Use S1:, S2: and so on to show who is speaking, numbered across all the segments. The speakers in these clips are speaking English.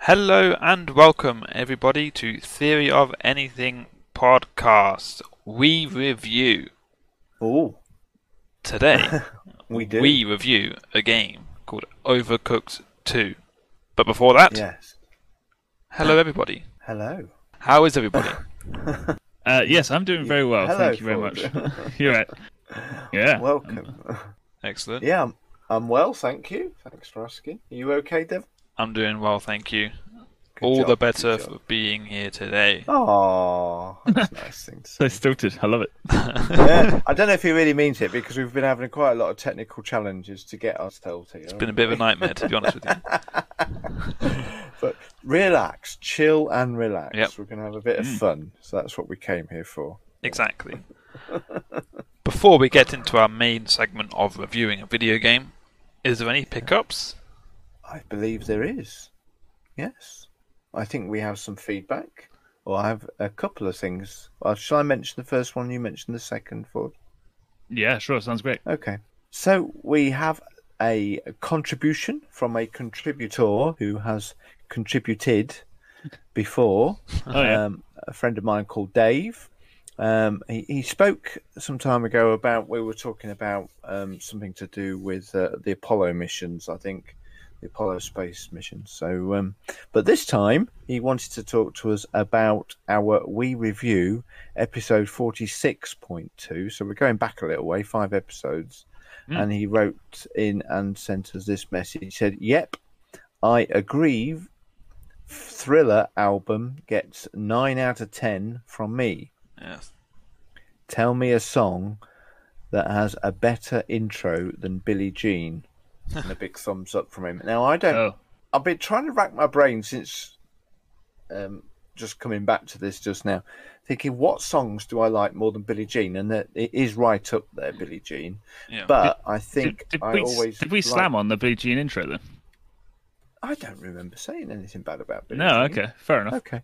S1: Hello and welcome, everybody, to Theory of Anything podcast. We review
S2: Oh,
S1: today.
S2: we do.
S1: we review a game called Overcooked 2. But before that,
S2: yes.
S1: hello, everybody.
S2: Hello.
S1: How is everybody?
S3: Uh, yes, I'm doing very well.
S2: Hello,
S3: Thank you very much.
S2: Ford.
S3: You're right. Yeah.
S2: Welcome.
S1: Excellent.
S2: yeah, I'm, I'm well, thank you. Thanks for asking. Are you okay, Dev?
S1: I'm doing well, thank you.
S2: Good
S1: All
S2: job,
S1: the
S2: good
S1: better
S2: job.
S1: for being here today.
S2: Aw, that's a nice thing to say.
S3: so stilted. I love it.
S2: Yeah, I don't know if he really means it because we've been having quite a lot of technical challenges to get ourselves here.
S1: It's been a bit of a nightmare, to be honest with you.
S2: But relax, chill and relax.
S1: Yep. Mm.
S2: We're going to have a bit of fun. So that's what we came here for.
S1: Exactly. Before we get into our main segment of reviewing a video game, is there any pickups?
S2: I believe there is. Yes. I think we have some feedback. Or I have a couple of things. Well, shall I mention the first one? You mentioned the second, Ford.
S3: Yeah, sure. Sounds great.
S2: Okay. So we have a contribution from a contributor who has contributed before.
S3: Oh, yeah.
S2: um, a friend of mine called Dave. Um, he, he spoke some time ago about we were talking about um, something to do with uh, the Apollo missions, I think, the Apollo space missions. So, um, but this time he wanted to talk to us about our We Review episode 46.2. So we're going back a little way, five episodes.
S3: Hmm.
S2: And he wrote in and sent us this message. He said, Yep, I agree Thriller album gets 9 out of 10 from me.
S1: Yes.
S2: Tell me a song that has a better intro than Billie Jean. and a big thumbs up from him. Now, I don't.
S3: Oh,
S2: I've been trying to rack my brain since um, just coming back to this just now, thinking what songs do I like more than Billie Jean? And that it is right up there, Billie Jean.
S1: Yeah.
S2: But I
S3: did,
S2: think
S3: did
S2: I
S3: we,
S2: always.
S3: did we
S2: liked-
S3: slam on the Blue Jean intro then?
S2: I don't remember saying anything bad about Billie Jean.
S3: No, okay. Fair enough.
S2: Okay.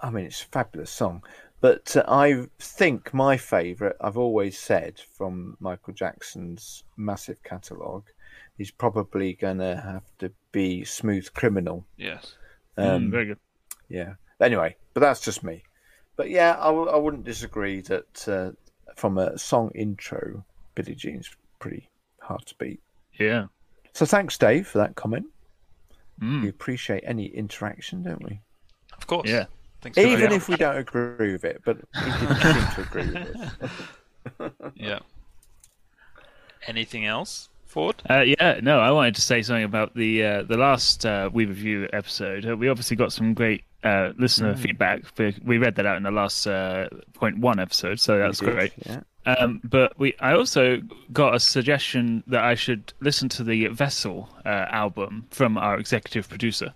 S2: I mean, it's a fabulous song. But uh, I think my favourite, I've always said from Michael Jackson's massive catalogue, is probably going to have to be Smooth Criminal.
S1: Yes.
S2: Um,
S3: Mm, very good.
S2: Yeah. Anyway, but that's just me. But yeah, I w- I wouldn't disagree that uh, from a song intro, Billie Jean's pretty hard to beat.
S3: Yeah.
S2: So thanks, Dave, for that comment.
S3: Mm.
S2: We appreciate any interaction, don't we?
S1: Of course.
S3: Yeah.
S1: Thanks for
S2: Even
S1: coming
S2: if we don't agree with it, but he didn't seem to agree with it.
S1: on. yeah. Anything else, Ford?
S3: Uh, yeah, no, I wanted to say something about the uh, the last uh, We Review episode. Uh, we obviously got some great uh, listener
S2: Mm.
S3: feedback. We, we read that out in the last uh, point one episode, so that's
S2: You did,
S3: great.
S2: Yeah.
S3: Um, but we, I also got a suggestion that I should listen to the Vessel uh, album from our executive producer,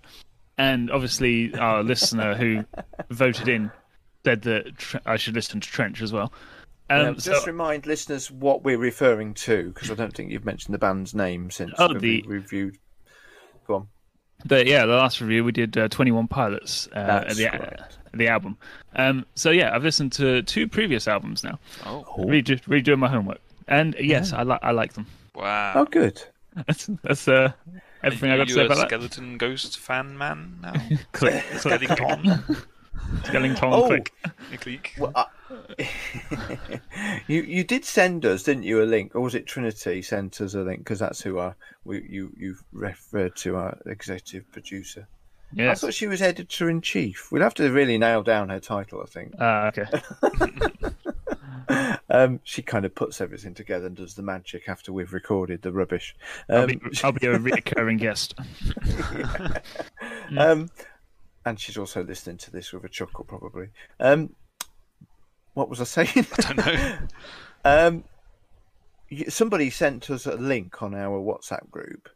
S3: and obviously our listener who voted in said that tr- I should listen to Trench as well. Um,
S2: Now,
S3: so-
S2: just remind listeners what we're referring to, because I don't think you've mentioned the band's name since
S3: Oh,
S2: we
S3: the-
S2: reviewed. Go on.
S3: But yeah, the last review we did uh, Twenty One Pilots, uh,
S2: That's
S3: the
S2: correct.
S3: the album. Um, so yeah, I've listened to two previous albums now.
S1: Oh,
S3: Really, do- really doing my homework, and yes, I like I like them.
S2: Oh,
S1: wow.
S2: good.
S3: That's that's uh, everything I got to
S1: you
S3: say
S1: a
S3: about that.
S1: skeleton ghost fan man now?
S3: Click, click,
S1: Getting on.
S3: Skellington,
S2: Oh,
S3: click.
S1: Click.
S2: Well, I- you you did send us, didn't you, a link, or was it Trinity sent us a link? Because that's who our we, you you referred to our executive producer. I
S3: Yes.
S2: thought she was editor in chief. We'll have to really nail down her title, I think.
S3: Uh, okay.
S2: Um, she kind of puts everything together and does the magic after we've recorded the rubbish.
S3: I'll,
S2: Um,
S3: be,
S1: mm-hmm.
S3: I'll be a recurring guest.
S2: Um, and she's also listening to this with a chuckle, probably. Um, what was I saying?
S1: I know.
S2: um, y- somebody sent us a link on our WhatsApp group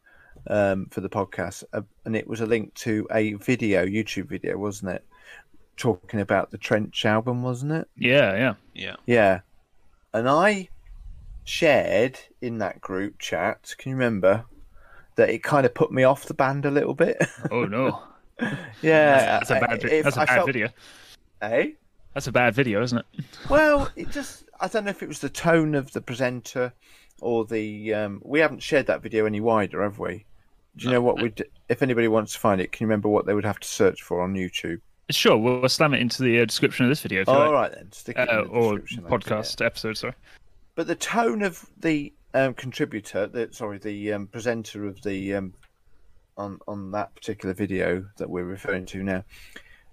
S2: um, for the podcast, uh, and it was a link to a video, YouTube video, wasn't it? Talking about the Trench album, wasn't it?
S3: Yeah, yeah.
S1: Yeah.
S2: Yeah. And I shared in that group chat, can you remember, that it kind of put me off the band a little bit?
S3: Oh no,
S2: yeah.
S3: that's a bad. vi-
S2: if
S3: That's a
S2: I
S3: bad
S2: felt-
S3: video.
S2: Eh?
S3: That's a bad video, isn't it?
S2: Well, it just I don't know if it was the tone of the presenter or the um, we haven't shared that video any wider, have we? Do you know what we d- if anybody wants to find it, can you remember what they would have to search for on YouTube?
S3: Sure, we'll, we'll slam it into the uh, description of this video. If you
S2: All right
S3: like.
S2: then, stick it in
S3: Uh,
S2: the
S3: or
S2: description later, yeah.
S3: podcast episode, sorry.
S2: But the tone of the um, contributor, the, sorry, the um, presenter of the um, on on that particular video that we're referring to now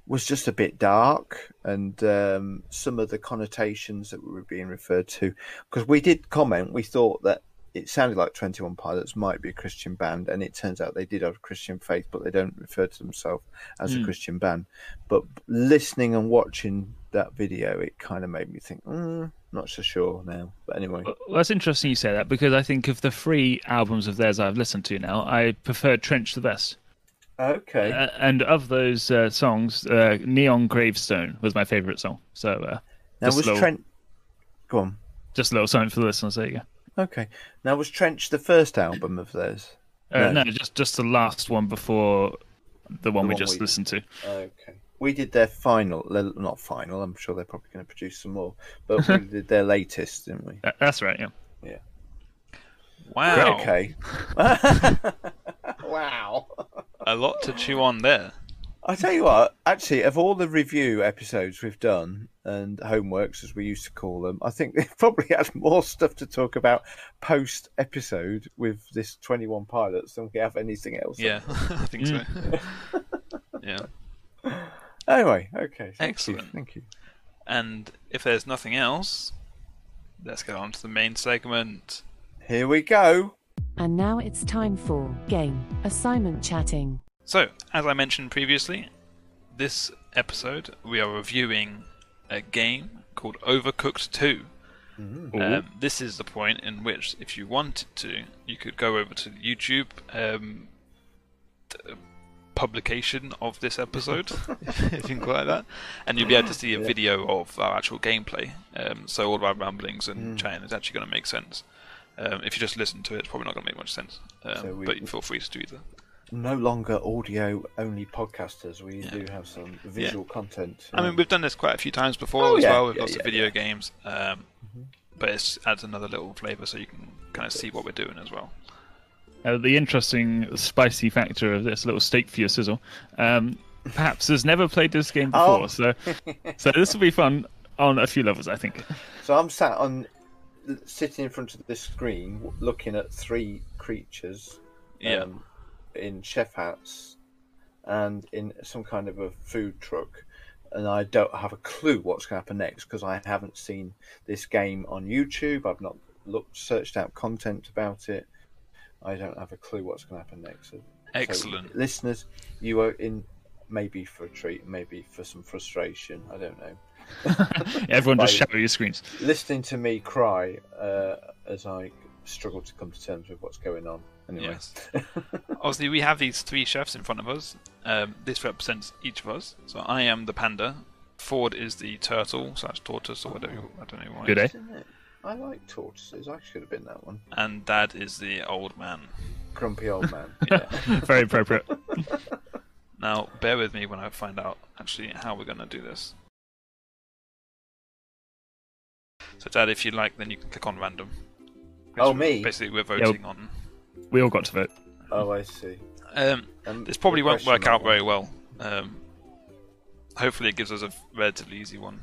S2: was just a bit dark, and um, some of the connotations that were being referred to, because we did comment, we thought that it sounded like Twenty One Pilots might be a Christian band, and it turns out they did have a Christian faith, but they don't refer to themselves as a Christian band. But listening and watching that video, it kind of made me think, mm, not so sure now. But anyway,
S3: Well, that's interesting you say that because I think of the three albums of theirs I've listened to now, I prefer Trench the best.
S2: okay.
S3: Uh, and of those uh, songs, uh, Neon Gravestone was my favourite song. So uh,
S2: now
S3: just
S2: was
S3: little-
S2: Trent? Go on.
S3: just a little something for the listeners. There you go.
S2: Okay. Now was Trench the first album of theirs?
S3: Uh,
S2: No.
S3: no. just just the last one before the one we
S2: one
S3: just
S2: we-
S3: listened to.
S2: Okay. We did their final, well, not final. I'm sure they're probably going to produce some more, but we did their latest, didn't we?
S3: That- Uh, That's right. Yeah.
S1: Wow.
S2: Okay. wow.
S1: A lot to chew on there.
S2: I tell you what, actually, of all the review episodes we've done and homeworks, as we used to call them, I think we've probably had more stuff to talk about post episode with this 21 pilots than we have anything else.
S1: Yeah, I think so.
S3: Mm.
S1: yeah.
S2: Anyway, okay. Thank You.
S1: Excellent.
S2: Thank you.
S1: And if there's nothing else, let's get on to the main segment.
S2: Here we go.
S4: And now it's time for game assignment chatting.
S1: So, as I mentioned previously, this episode we are reviewing a game called Overcooked 2. Um, this is the point in which, if you wanted to, you could go over to the YouTube um, t- publication of this episode, if you can call it that, and you'd be able to see a video of our actual gameplay. Um, so all of our ramblings and
S2: Mm.
S1: chatting is actually going to make sense. Um, if you just listen to it, it's probably not going to make much sense. Um,
S2: So we-
S1: but feel free to do that.
S2: No longer audio only podcasters. We do have some visual content. Um,
S1: I mean, we've done this quite a few times before
S2: Oh,
S1: as
S2: yeah,
S1: well with
S2: yeah,
S1: lots
S2: yeah, Mm-hmm.
S1: of video games, um, but it adds another little flavour so you can kind of see what we're doing as well.
S3: Uh, the interesting spicy factor of this little steak for your sizzle. Um, perhaps has never played this game before,
S2: Oh.
S3: so so this will be fun on a few levels, I think.
S2: So I'm sat on, sitting in front of this screen, w- looking at three creatures,
S1: Yeah.
S2: um, in chef hats, and in some kind of a food truck, and I don't have a clue what's going to happen next because I haven't seen this game on YouTube. I've not looked, searched out content about it. I don't have a clue what's going to happen next. So-
S1: Excellent.
S2: so listeners, you are in maybe for a treat, maybe for some frustration. I don't know
S3: Everyone just
S2: Right.
S3: shadow your screens.
S2: listening to me cry uh, as I struggle to come to terms with what's going on. Anyway,
S1: Yes. Obviously, we have these three chefs in front of us. Um, this represents each of us. So I am the panda. Ford is the turtle slash tortoise or whatever. you- I don't know why.
S3: Good, eh?
S2: Isn't it? I like tortoises. I should have been that one.
S1: And dad is the old man.
S2: Grumpy old man.
S3: Very appropriate.
S1: Now, bear with me when I find out actually how we're going to do this. So, Dad, if you like, then you can click on random.
S2: Oh, me?
S1: Basically, we're voting on.
S3: We all got to vote.
S2: oh, I see.
S1: Um,
S2: Um,
S1: this probably
S2: good
S1: won't
S2: question,
S1: work
S2: that
S1: out
S2: one.
S1: very well. Um, hopefully, it gives us a relatively easy one.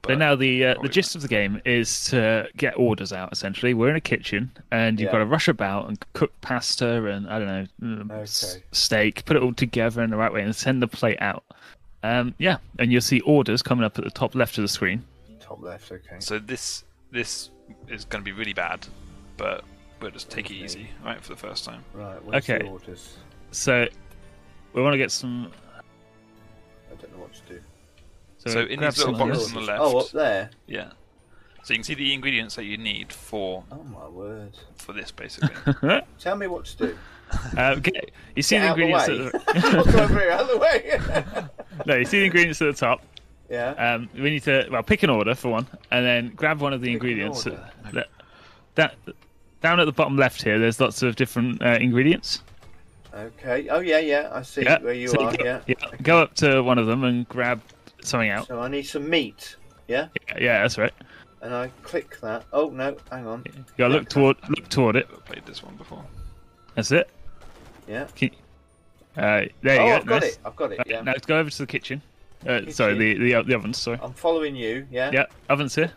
S1: But
S3: But now the uh, the
S1: probably
S3: gist of the game is to get orders out. Essentially, we're in a kitchen, and you've
S2: Yeah.
S3: got to rush about and cook pasta and I don't know um, s-
S2: Okay.
S3: steak, put it all together in the right way, and send the plate out. Um, yeah, and you'll see orders coming up at the top left of the screen.
S2: Top left. Okay.
S1: So this this is going to be really bad, but we'll just take it easy, right, for the first time.
S2: Right. Where's
S3: Okay.
S2: the orders?
S3: So we want to get some.
S2: I don't know what to do.
S1: So in
S3: grab
S1: these little
S3: some of
S1: boxes
S3: this.
S1: on the
S2: Orders.
S1: left.
S2: Oh, up there.
S1: Yeah. So you can see the ingredients that you need for
S2: Oh my word.
S1: for this basically.
S2: Tell me what to do.
S3: Uh, get- you see
S2: Get
S3: the
S2: out the
S3: ingredients.
S2: way.
S3: At the,
S2: Look over here, out of the way.
S3: no, you see the ingredients at the top.
S2: yeah.
S1: Uh,
S3: Um, we need to well pick an order for one, and then grab one of the
S2: Pick an
S3: ingredients.
S2: order.
S3: That, that down at the bottom left here, there's lots of different uh, ingredients.
S2: okay. Oh yeah, yeah. I see where you
S3: so
S2: are.
S3: Go,
S2: yeah.
S3: go up to one of them and grab something out.
S2: So I need some meat. Yeah.
S3: Yeah, that's right.
S2: and I click that. Oh no, hang on.
S3: You gotta look toward look toward it.
S1: I've played this one before.
S3: That's it.
S2: Yeah,
S3: Can- Uh, there
S2: Oh,
S3: you go.
S2: I've got
S3: Ness.
S2: it. I've got it. Yeah.
S3: Now let's go over to the kitchen. Uh, Sorry, the, the the ovens. Sorry.
S2: I'm following you. Yeah.
S3: Yeah, ovens here.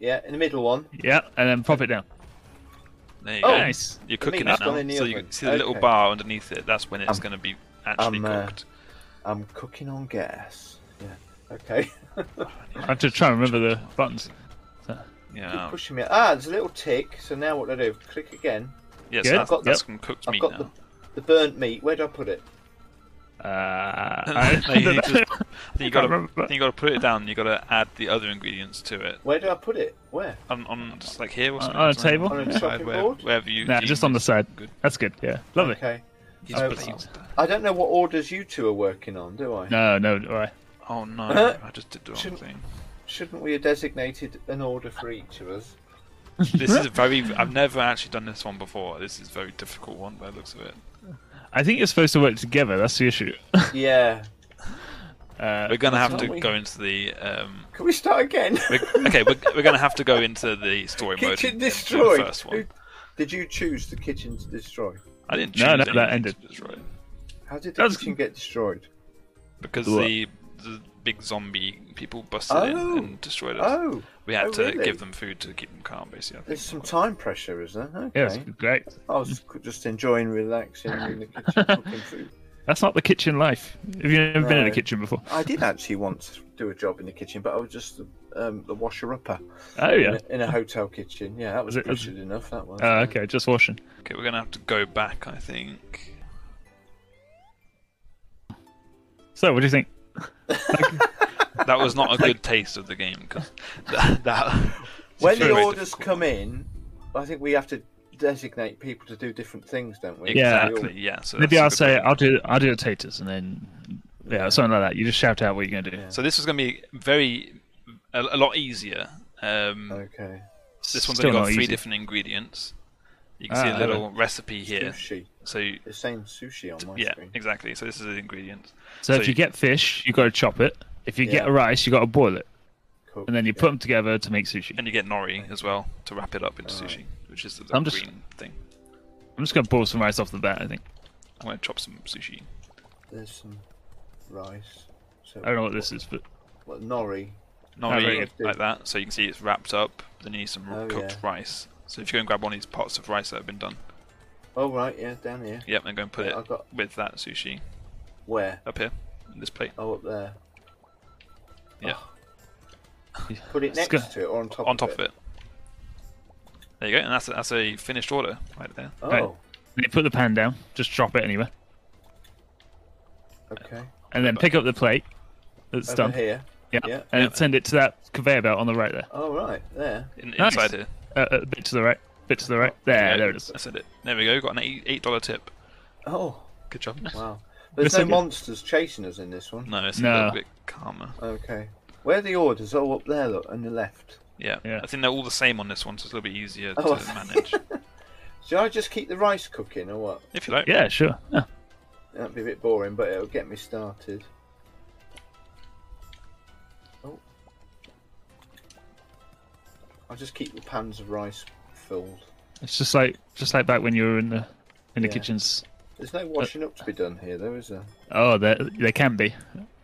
S2: Yeah. In the middle one.
S3: Yeah, and then pop it down.
S1: There you
S2: Oh,
S1: go.
S3: nice.
S1: You're
S2: the
S1: cooking
S2: meat's
S1: it
S2: gone in
S1: now.
S2: the
S1: So you
S2: oven.
S1: can see the little
S2: Okay.
S1: bar underneath it. That's when it's
S2: Um,
S1: going to be actually
S2: um, uh,
S1: cooked.
S2: I'm cooking on gas. Yeah. Okay.
S3: I have to try and remember the buttons. uh,
S1: Yeah.
S2: Pushing me. Ah, there's a little tick. So now what do I do? Click again.
S1: Yes,
S3: Good.
S1: that's,
S2: I've got-
S1: that's some cooked
S2: I've
S1: meat
S2: got
S1: now.
S2: the, the burnt meat. Where do I put it?
S3: Uh, I,
S1: No, you need to-
S3: don't know.
S1: I think you
S3: I can't
S1: gotta,
S3: remember.
S1: I think you gotta put it down. You gotta add the other ingredients to it
S2: Where do I put it? Where?
S1: on, on just like here or something.
S3: on a
S1: I don't know.
S3: table?
S2: On a
S1: Yeah,
S2: chopping
S1: where-
S2: board?
S1: Wherever you.
S3: Nah,
S1: deem
S3: just on the
S1: is
S3: side.
S1: Good.
S3: That's good. Yeah, lovely.
S2: Okay.
S1: He's
S2: Oh,
S1: bloody-
S2: I don't know what orders you two are working on, do I?
S3: No, no, all right.
S1: Oh no!
S2: Huh?
S1: I just did the wrong
S2: Uh-huh. Shouldn't-
S1: thing.
S2: Shouldn't we have designated an order for each of us?
S1: This is very. I've never actually done this one before. This is a very difficult one by the looks of it.
S3: I think you're supposed to work together. That's the issue.
S2: Yeah.
S3: Uh,
S1: We're gonna have
S2: aren't
S1: to
S2: we?
S1: go into the. Um,
S2: Can we start again?
S1: we're- okay, we're, we're gonna have to go into the story mode.
S2: Kitchen
S1: and- and do the
S2: destroyed.
S1: first
S2: Who-
S1: one.
S2: Did you choose the kitchen to destroy?
S1: I didn't. Choose
S3: No, no, that
S1: anything to
S3: ended.
S1: destroy.
S2: How did the
S3: That's-
S2: kitchen get destroyed?
S1: because
S3: What?
S1: the the big zombie people busted
S2: Oh.
S1: in and destroyed us.
S2: Oh,
S1: we had
S2: oh,
S1: to
S2: really?
S1: give them food to keep them calm, basically. I think.
S2: there's some time pressure, is there? Okay.
S3: yeah, it's great.
S2: I was c- just enjoying relaxing in the kitchen cooking food.
S3: That's not the kitchen life. Have you ever been in a
S2: No.
S3: kitchen before?
S2: I did actually once do a job in the kitchen, but I was just the, um, the washer upper
S3: Oh yeah.
S2: in, a, in a hotel kitchen. Yeah, that was
S3: Was it- was-
S2: pressured enough. That was.
S3: Uh, okay, just washing.
S1: Okay, we're gonna have to go back. I think.
S3: So, what do you think?
S1: That was not a good taste of the game because that, that
S2: when
S1: it's
S2: the
S1: very
S2: orders
S1: difficult.
S2: come in, I think we have to designate people to do different things, don't we?
S3: Yeah.
S1: exactly yeah. So
S3: Maybe
S1: that's a
S3: I'll
S1: good
S3: say
S1: point.
S3: I'll do I'll do the taters and then yeah, something like that. You just shout out what you're gonna do.
S1: So this is gonna be very a, a lot easier. Um,
S2: Okay.
S1: this one's
S3: Still
S1: only got
S3: not
S1: three
S3: easy.
S1: different ingredients. You can
S3: Ah,
S1: see a
S3: okay.
S1: little recipe here.
S2: Sushi.
S1: So you,
S2: It's saying sushi on my
S1: yeah,
S2: screen.
S1: exactly. So this is the ingredients.
S3: So, if you get fish, you got to chop it. If you get
S2: Yeah.
S3: rice, you got to boil it,
S2: Cool.
S3: and then you put them together to make sushi.
S1: And you get nori as well to wrap it up into sushi, which is the, the
S3: I'm
S1: green
S3: just-
S1: thing.
S3: I'm just gonna boil some rice off the bat. I think
S1: I'm gonna chop some sushi.
S2: There's some rice. So
S3: I don't know what this is, but
S2: Well, nori.
S1: Nori
S3: right.
S1: like that, so you can see it's wrapped up. Then you need some
S2: Oh,
S1: cooked
S2: yeah.
S1: rice. So if you go and grab one of these pots of rice that have been done,
S2: Oh right, yeah, down here.
S1: yep, and go and put
S2: Yeah,
S1: it
S2: I've got-
S1: with that sushi
S2: Where?
S1: up here in this plate.
S2: Oh, up there.
S1: Yeah,
S2: Put it next
S3: Let's go.
S2: to it or on top
S1: on
S2: of
S1: top
S2: it.
S1: of it. There you go, and that's a, that's a finished order right there.
S2: Oh,
S3: Right. then you put the pan down, just drop it anywhere,
S2: okay.
S3: and then pick up the plate that's
S2: Over
S3: done,
S2: here.
S3: yeah,
S2: yeah.
S3: and
S1: Yeah.
S3: send it to that conveyor belt on the right there,
S2: Oh right, there.
S1: In,
S3: Nice.
S1: Inside here,
S3: uh, a bit to the right, bit to the right. There,
S1: Yeah,
S3: there it is.
S1: That's it. There we go. Got an eight eight dollar tip.
S2: Oh
S1: Good job.
S2: wow. There's
S3: Yes, I
S2: no
S3: did.
S2: monsters chasing us in this one.
S1: No, it's a
S3: No.
S1: little bit calmer.
S2: Okay. Where are the orders? Oh, up there, look, on the left.
S1: Yeah.
S3: Yeah.
S1: I think they're all the same on this one, so it's a little bit easier
S2: Oh.
S1: to manage.
S2: Should I just keep the rice cooking or what?
S1: if you like.
S3: Yeah, sure. Yeah.
S2: That'd be a bit boring, but it'll get me started. Oh. I'll just keep the pans of rice filled.
S3: It's just like just like back when you were in the in the
S2: Yeah.
S3: kitchens.
S2: There's no washing up to be done here, though, is there?
S3: Oh, there there can be.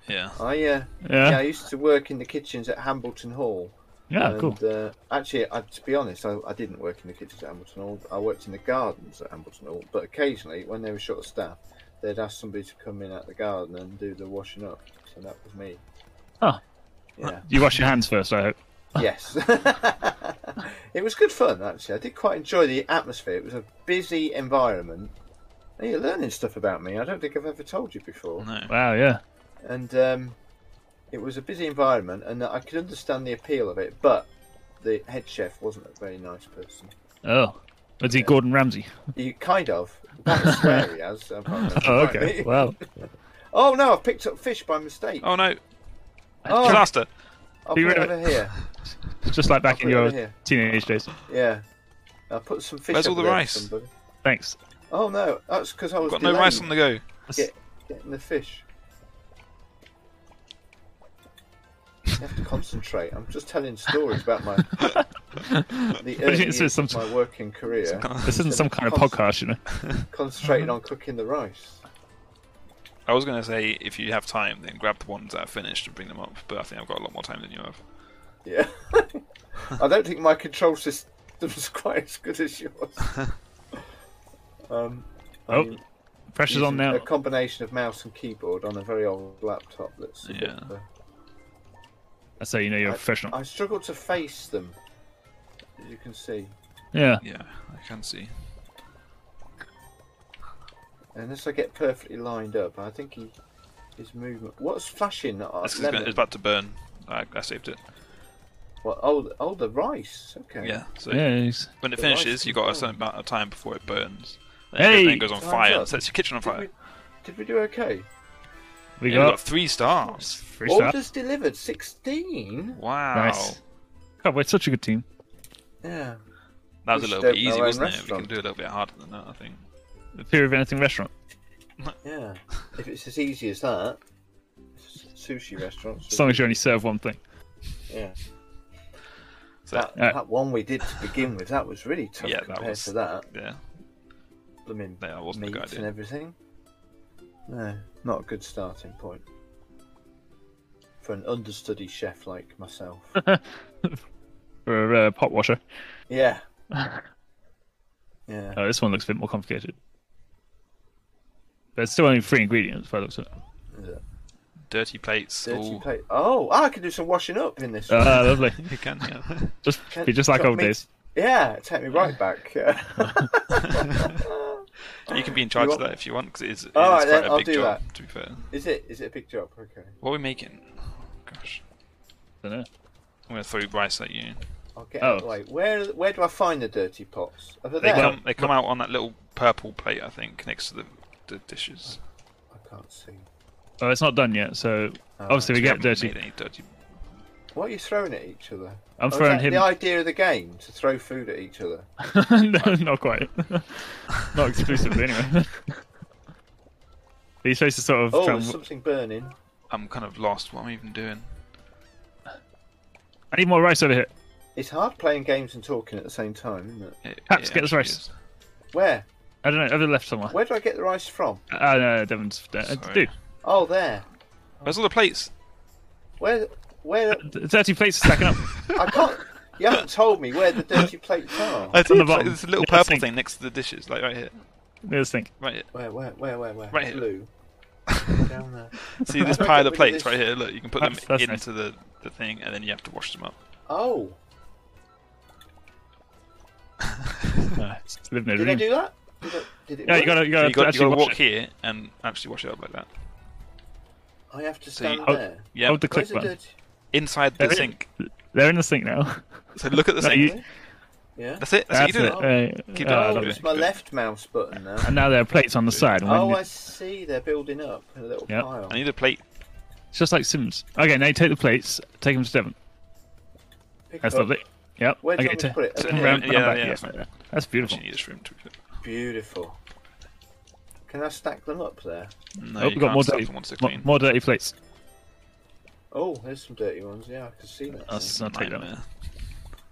S1: Yeah.
S2: I, uh,
S3: Yeah.
S2: yeah, I used to work in the kitchens at Hambleton Hall.
S3: Yeah,
S2: and,
S3: cool.
S2: Uh, actually, I, to be honest, I, I didn't work in the kitchens at Hambleton Hall. I worked in the gardens at Hambleton Hall, but occasionally, when they were short of staff, they'd ask somebody to come in at the garden and do the washing up. So that was me.
S3: Oh.
S2: Yeah.
S3: You wash your hands first, I hope.
S2: Yes. it was good fun, actually. I did quite enjoy the atmosphere. It was a busy environment. Hey, you're learning stuff about me. I don't think I've ever told you before.
S1: No.
S3: Wow, yeah.
S2: And um, it was a busy environment, and I could understand the appeal of it, but the head chef wasn't a very nice person.
S3: Oh, was he Gordon Ramsay?
S2: You kind of. That was swear he has. I can't remember
S3: Oh, okay.
S2: rightly.
S3: Wow.
S2: Oh, no, I've picked up fish by mistake.
S1: Oh no.
S2: Oh.
S1: Disaster.
S2: I'll
S3: be
S2: put it
S3: right-
S2: over here.
S3: Just like back in
S2: I'll put it
S3: your
S2: over here.
S3: teenage days.
S2: Yeah. I'll put some fish
S1: Where's all
S2: over
S1: the
S2: there for
S1: rice?
S2: somebody.
S3: Thanks.
S2: Oh, no, that's because I was
S1: Got no rice
S2: delayed.
S1: on the go.
S2: Get, getting the fish. You have to concentrate. I'm just telling stories about my the early
S3: It's
S2: years
S3: some
S2: of my working career.
S3: This isn't some kind of podcast, you know.
S2: Concentrating on cooking the rice.
S1: I was going to say if you have time, then grab the ones that are finished and bring them up. But I think I've got a lot more time than you have.
S2: Yeah. I don't think my control system's quite as good as yours. um, I
S3: Oh,
S2: mean,
S3: pressure's on
S2: using
S3: now.
S2: A combination of mouse and keyboard on a very old laptop. That's a bit,
S1: Yeah.
S2: uh,
S3: That's how you know you're a
S2: I-
S3: professional.
S2: I struggle to face them, as you can see.
S3: yeah.
S1: Yeah, I can see.
S2: Unless I get perfectly lined up, I think he, his movement. What's flashing? Uh,
S1: That's 'cause it's,
S2: lemon.
S1: gonna, it's about to burn. I, I saved it.
S2: What, oh, oh, the rice. Okay.
S1: Yeah. So
S3: Yeah. he's-
S1: when it
S2: The rice
S1: finishes, you
S2: can
S1: got a
S2: burn.
S1: certain amount of time before it burns.
S3: Hey!
S1: And then it goes on
S2: Time's
S1: fire and
S2: up.
S1: sets your kitchen on
S2: Did we,
S1: fire.
S2: did we do okay?
S3: We
S1: Yeah, we got
S3: got
S1: three stars.
S3: free stuff.
S2: Orders delivered. Sixteen.
S1: Wow.
S3: Nice. God, we're Oh, such a good team.
S2: Yeah.
S1: That was a little
S2: We should
S1: bit
S2: open
S1: easy,
S2: our own
S1: wasn't it? We can
S2: restaurant.
S1: do a little bit harder than that, I think.
S3: The Fear of Anything restaurant.
S2: Yeah. if it's as easy as that, s- sushi restaurants.
S3: As long as you only serve one thing.
S2: Yeah.
S1: So
S2: That,
S3: Uh,
S2: that one we did to begin with, that was really tough
S1: Yeah, that
S2: compared
S1: was-
S2: to that.
S1: yeah,
S2: Blooming
S1: Yeah, that wasn't a
S2: meat
S1: good
S2: and
S1: idea.
S2: everything. No, not a good starting point for an understudy chef like myself.
S3: Or a uh, pot washer.
S2: yeah. Yeah.
S3: Oh, this one looks a bit more complicated. But it's still only three ingredients by the looks of it.
S1: dirty plates.
S2: Dirty
S1: all...
S2: plate. Oh, I can do some washing up in this. one.
S3: Ah, lovely.
S1: You can, yeah.
S3: Just
S2: Can-
S3: be just like
S2: got
S3: old
S2: me-
S3: days.
S2: Yeah, take me right back. Yeah.
S1: You can be in charge
S2: You
S1: of
S2: want-
S1: that if you want, because it is, it is
S2: Alright, then,
S1: quite a
S2: I'll
S1: big
S2: do
S1: job, to be fair.
S2: is it? Is it a big job? Okay.
S1: What are we making? Gosh.
S3: Dunno.
S1: I'm going to throw rice at you.
S2: I'll get
S3: Oh.
S2: out of the way. Where Where do I find the dirty pots? Over
S1: They
S2: there.
S1: come they come out on that little purple plate, I think, next to the, the dishes.
S2: I can't see.
S3: Oh, it's not done yet, so obviously we
S1: We
S3: get
S1: haven't
S3: dirty.
S1: made any dirty.
S2: What are you throwing at each other? Oh,
S3: I'm
S2: is
S3: throwing
S2: that
S3: him-
S2: The idea of the game to throw food at each other.
S3: no, not quite. not exclusively, anyway. But You're supposed to sort of
S2: Oh,
S3: try
S2: there's
S3: and-
S2: something burning.
S1: I'm kind of lost. What am I even doing?
S3: I need more rice over here.
S2: It's hard playing games and talking at the same time, isn't it?
S1: It,
S3: Perhaps get us
S1: actually
S3: rice.
S1: is.
S2: Where?
S3: I don't know, over the left somewhere.
S2: Where do I get the rice from?
S3: Ah, no, Devon's. Uh,
S1: Sorry.
S3: dude,
S2: Oh, there.
S1: Where's all the plates?
S2: Where? Where?
S3: th- 30 plates are stacking up.
S2: I can't. You haven't told me where the dirty plates are.
S1: It's
S3: on the
S1: like,
S3: bottom.
S1: There's a little
S3: Yeah, I
S1: purple
S3: think-
S1: thing next to the dishes, like right here.
S3: Let's think.
S1: Right here.
S2: Where? Where? Where? Where? Where?
S1: Right here.
S2: Blue. Down there.
S1: See this pile of
S2: Look at
S1: plates
S2: this.
S1: right here. Look, you can put them
S3: That's- that's nice.
S1: into the, the thing, and then you have to wash them up.
S2: Oh,
S3: Ah, it's living a
S2: did I
S3: dream.
S2: do that? Did it, did it
S3: Yeah, you
S2: work?
S3: gotta, you
S1: So
S3: gotta,
S1: you got you got
S3: actually
S1: to
S3: watch
S1: walk
S3: it.
S1: here and actually wash it up like that.
S2: I have to
S1: So you-
S2: stand
S1: Oh,
S2: there.
S1: Yeah,
S3: Hold the
S2: Where's
S3: click
S2: the
S3: button.
S2: dirty?
S1: inside the
S3: There it is.
S1: sink.
S3: They're in the sink now.
S1: So look at the
S3: No,
S1: sink.
S3: you-
S2: Yeah.
S1: That's it. That's,
S3: That's
S1: how you do
S3: it.
S1: it.
S3: Uh,
S1: Keep
S3: ah,
S1: that
S2: Oh,
S1: on.
S3: lovely.
S2: it's my left mouse button now.
S3: And now there are plates on the side. and when
S2: Oh,
S3: you-
S2: I see. They're building up in a little
S3: Yep.
S2: pile.
S1: I need a plate.
S3: It's just like Sims. Okay, now you take the plates, take them to Devon.
S2: Pick
S3: That's
S2: up.
S3: lovely. Yep.
S2: Where do Oh. you
S3: okay,
S2: want me to put it?
S3: take
S1: Yeah,
S2: Okay.
S3: them round,
S1: yeah,
S3: round
S1: yeah,
S3: back.
S1: yeah,
S3: Yeah,
S1: that's fine.
S3: That's beautiful.
S1: Actually, need this room to be
S3: Oh,
S2: Beautiful. Can I stack them up there?
S1: No,
S3: oh,
S1: you
S3: we got more
S1: can't
S3: dirty,
S1: stop once they're
S3: mo-
S1: clean.
S3: more dirty plates.
S2: Oh, there's some dirty ones. Yeah, I can see that.
S3: That's not take them.
S1: Nightmare.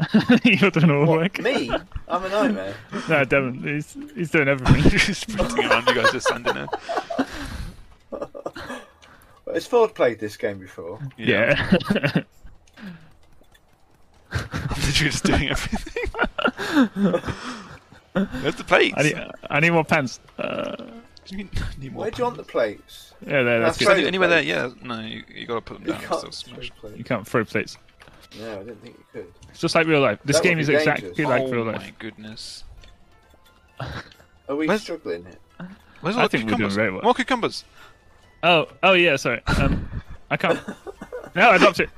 S3: You're doing all the work.
S2: Me? I'm a nightmare.
S3: No, Devon, he's, he's doing everything.
S1: Just sprinting around, you guys just standing there.
S2: Has Ford played this game before?
S3: yeah.
S1: I'm literally just doing everything. Where's the plates?
S3: I, need, I need more pants. Uh,
S1: You need, need more
S2: Where do you want the plates?
S3: yeah, there, that's
S1: plates.
S2: throw
S3: good.
S2: the
S1: Anywhere there,
S2: plates?
S1: yeah. No, you, you got to put them
S2: You
S1: down.
S2: can't
S1: Still
S2: throw
S1: smashed.
S3: You
S2: plates.
S3: can't throw plates.
S2: No, I didn't think you could.
S3: It's just like real life. This
S2: That would
S3: game
S2: be
S3: is
S2: dangerous.
S3: exactly like
S1: oh
S3: real
S1: my
S3: life.
S1: goodness.
S2: Are we
S1: Where's-
S2: struggling here?
S1: Where's
S3: I
S1: all the
S3: think we're doing
S1: cucumbers?
S3: very well.
S1: More cucumbers.
S3: Oh, oh yeah, sorry. Um, I can't. No, I dropped it.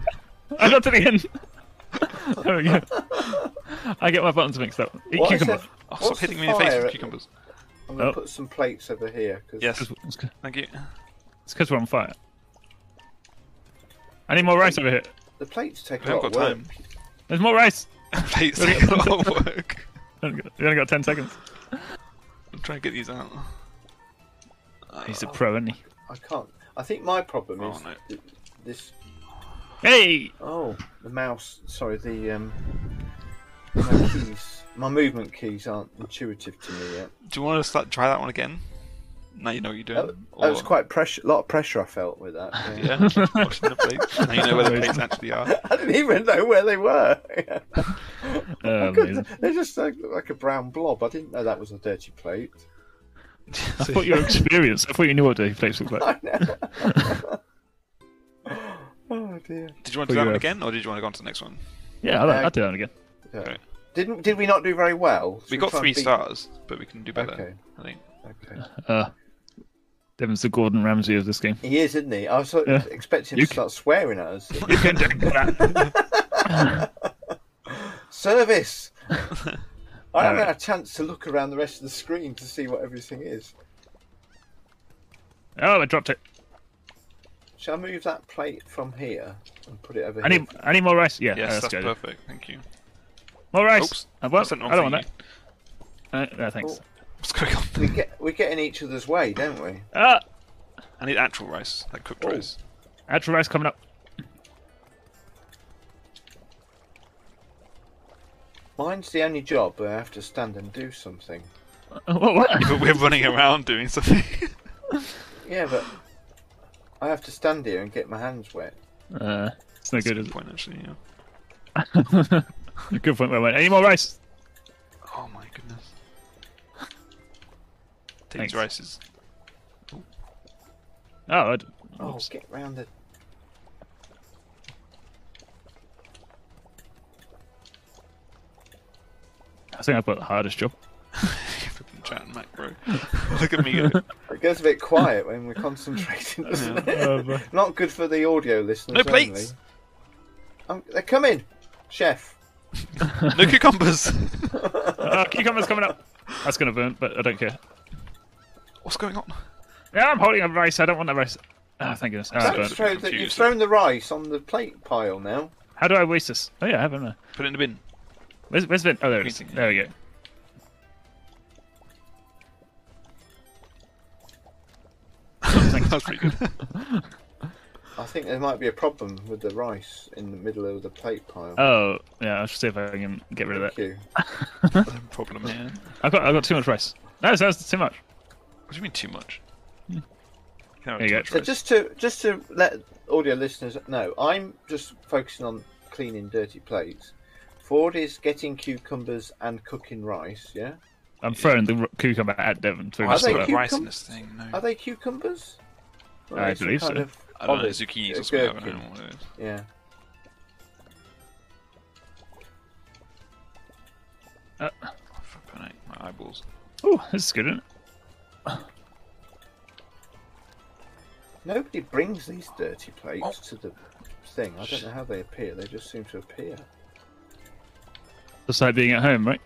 S3: I dropped it again. there we go. I get my buttons mixed up. Eat
S2: What is
S3: cucumber.
S2: that-
S1: Oh,
S2: what's
S1: stop hitting
S2: the
S1: me in the face
S2: fire
S1: with
S2: at-
S1: cucumbers.
S2: I'm going to
S3: Oh.
S2: put some plates over here. 'cause-
S1: Yes,
S3: It's
S1: thank you.
S3: because we're on fire. I need more rice over here.
S2: The plates take
S1: We
S2: a lot
S1: haven't
S2: of
S1: got time.
S2: work.
S3: There's more rice.
S1: plates take a lot of work.
S3: We only got ten seconds.
S1: I'm trying to get these out.
S3: Oh, He's a pro, isn't he?
S2: I can't. I think my problem
S1: Oh,
S2: is
S1: no.
S2: th- this.
S3: Hey,
S2: Oh, the mouse. Sorry, the um. My keys, my movement keys aren't intuitive to me yet.
S1: Do you want to start, try that one again? Now you know what you're doing.
S2: That, that was quite pressure. A lot of pressure I felt with that. yeah.
S1: Mm, Yeah, watching the plates. Now you know where the plates actually are.
S2: I didn't even know where they were.
S3: Uh,
S2: I couldn't-
S3: amazing.
S2: they just like, looked like a brown blob. I didn't know that was a dirty plate.
S3: I thought you were experienced. I thought you knew what dirty plates looked like.
S2: Oh dear.
S1: Did you want to do
S3: But
S1: that one
S3: yeah.
S1: again, or did you want to go on to the next one?
S3: Yeah, I'll, I'll do that again.
S2: Yeah.
S1: Right.
S2: Didn't did we not do very well? Should
S1: We got
S2: try and
S1: three
S2: beat-
S1: stars, but we can do better.
S2: Okay.
S1: I think.
S2: Okay.
S3: Uh, Devin's the Gordon Ramsay of this game.
S2: He is, isn't he? I was sort of
S3: Yeah.
S2: expecting him
S3: You
S2: to
S3: can-
S2: start swearing at us.
S3: You can do that.
S2: Service. I haven't
S3: Alright.
S2: had a chance to look around the rest of the screen to see what everything is.
S3: Oh, I dropped it.
S2: Shall I move that plate from here and put it over
S3: I
S2: here?
S3: need, I need more rice. Yeah,
S1: Yes,
S3: uh,
S1: that's
S3: good.
S1: perfect. Thank you.
S3: More rice.
S1: Oops,
S3: I,
S1: I
S3: want,
S1: sent the wrong
S3: I don't want
S1: thing.
S3: that. Uh, no, thanks.
S1: What's going on?
S2: We get we get in each other's way, don't we?
S1: Oh.
S3: Ah,
S1: I need actual rice, like
S2: Oh.
S1: cooked rice.
S3: actual rice coming up.
S2: Mine's the only job where I have to stand and do something.
S3: What? what?
S1: But we're running around doing something.
S2: Yeah, but I have to stand here and get my hands wet.
S3: Uh, it's no good. Is
S1: Good point, actually. Yeah.
S3: it? Good point. Wait, wait. Any more rice?
S1: Oh my goodness.
S3: Thanks.
S1: These rices.
S3: Oh, I'd...
S2: Oh,
S3: oops.
S2: get round the.
S3: I think I've got the hardest job.
S1: Flipping chat and macro. Look at me. go.
S2: It goes a bit quiet when we're concentrating, doesn't it? Not good for the audio
S1: No
S2: listeners.
S1: plates.
S2: Only. Oh, i they're coming, chef.
S1: No cucumbers.
S3: Uh, cucumbers coming up. That's gonna burn, but I don't care.
S1: What's going on?
S3: Yeah, I'm holding a rice. I don't want that rice. Ah, thank goodness. Ah,
S1: That's
S3: burnt.
S2: Don't throw the, you've
S1: confused.
S2: thrown the rice on the plate pile now.
S3: How do I waste this? Oh yeah, I haven't. I?
S1: Put it in the bin.
S3: Where's, where's it? Oh, there it is.
S1: Meeting.
S3: There we go.
S1: That's pretty good.
S2: I think there might be a problem with the rice in the middle of the plate pile.
S3: Oh yeah, I'll see if I can get rid of
S2: Thank
S3: that.
S2: you.
S1: No problem here.
S3: I got I got too much rice. No, that's too much.
S1: What do you mean too much? Hmm. No,
S3: There you
S1: too
S3: go.
S1: much
S2: So
S1: rice.
S2: just to just to let audio listeners know, I'm just focusing on cleaning dirty plates. Ford is getting cucumbers and cooking rice. Yeah,
S3: I'm throwing the r- cucumber at Devon. To
S1: I
S2: Are
S1: just
S2: they
S1: put
S2: cucum-
S1: rice in this thing. No.
S2: are they cucumbers? Or
S3: I
S2: are they some
S3: believe
S2: kind
S3: so.
S2: of
S1: I don't know,
S2: olive-
S1: zucchinis
S2: uh,
S1: or something. I don't
S2: gherkin?
S1: know what it is.
S2: Yeah.
S1: Flippin' heck, My eyeballs.
S3: Oh, this is good, isn't it?
S2: Nobody brings these dirty plates to the thing. I don't know how they appear. They just seem to appear.
S3: Just like being at home, right?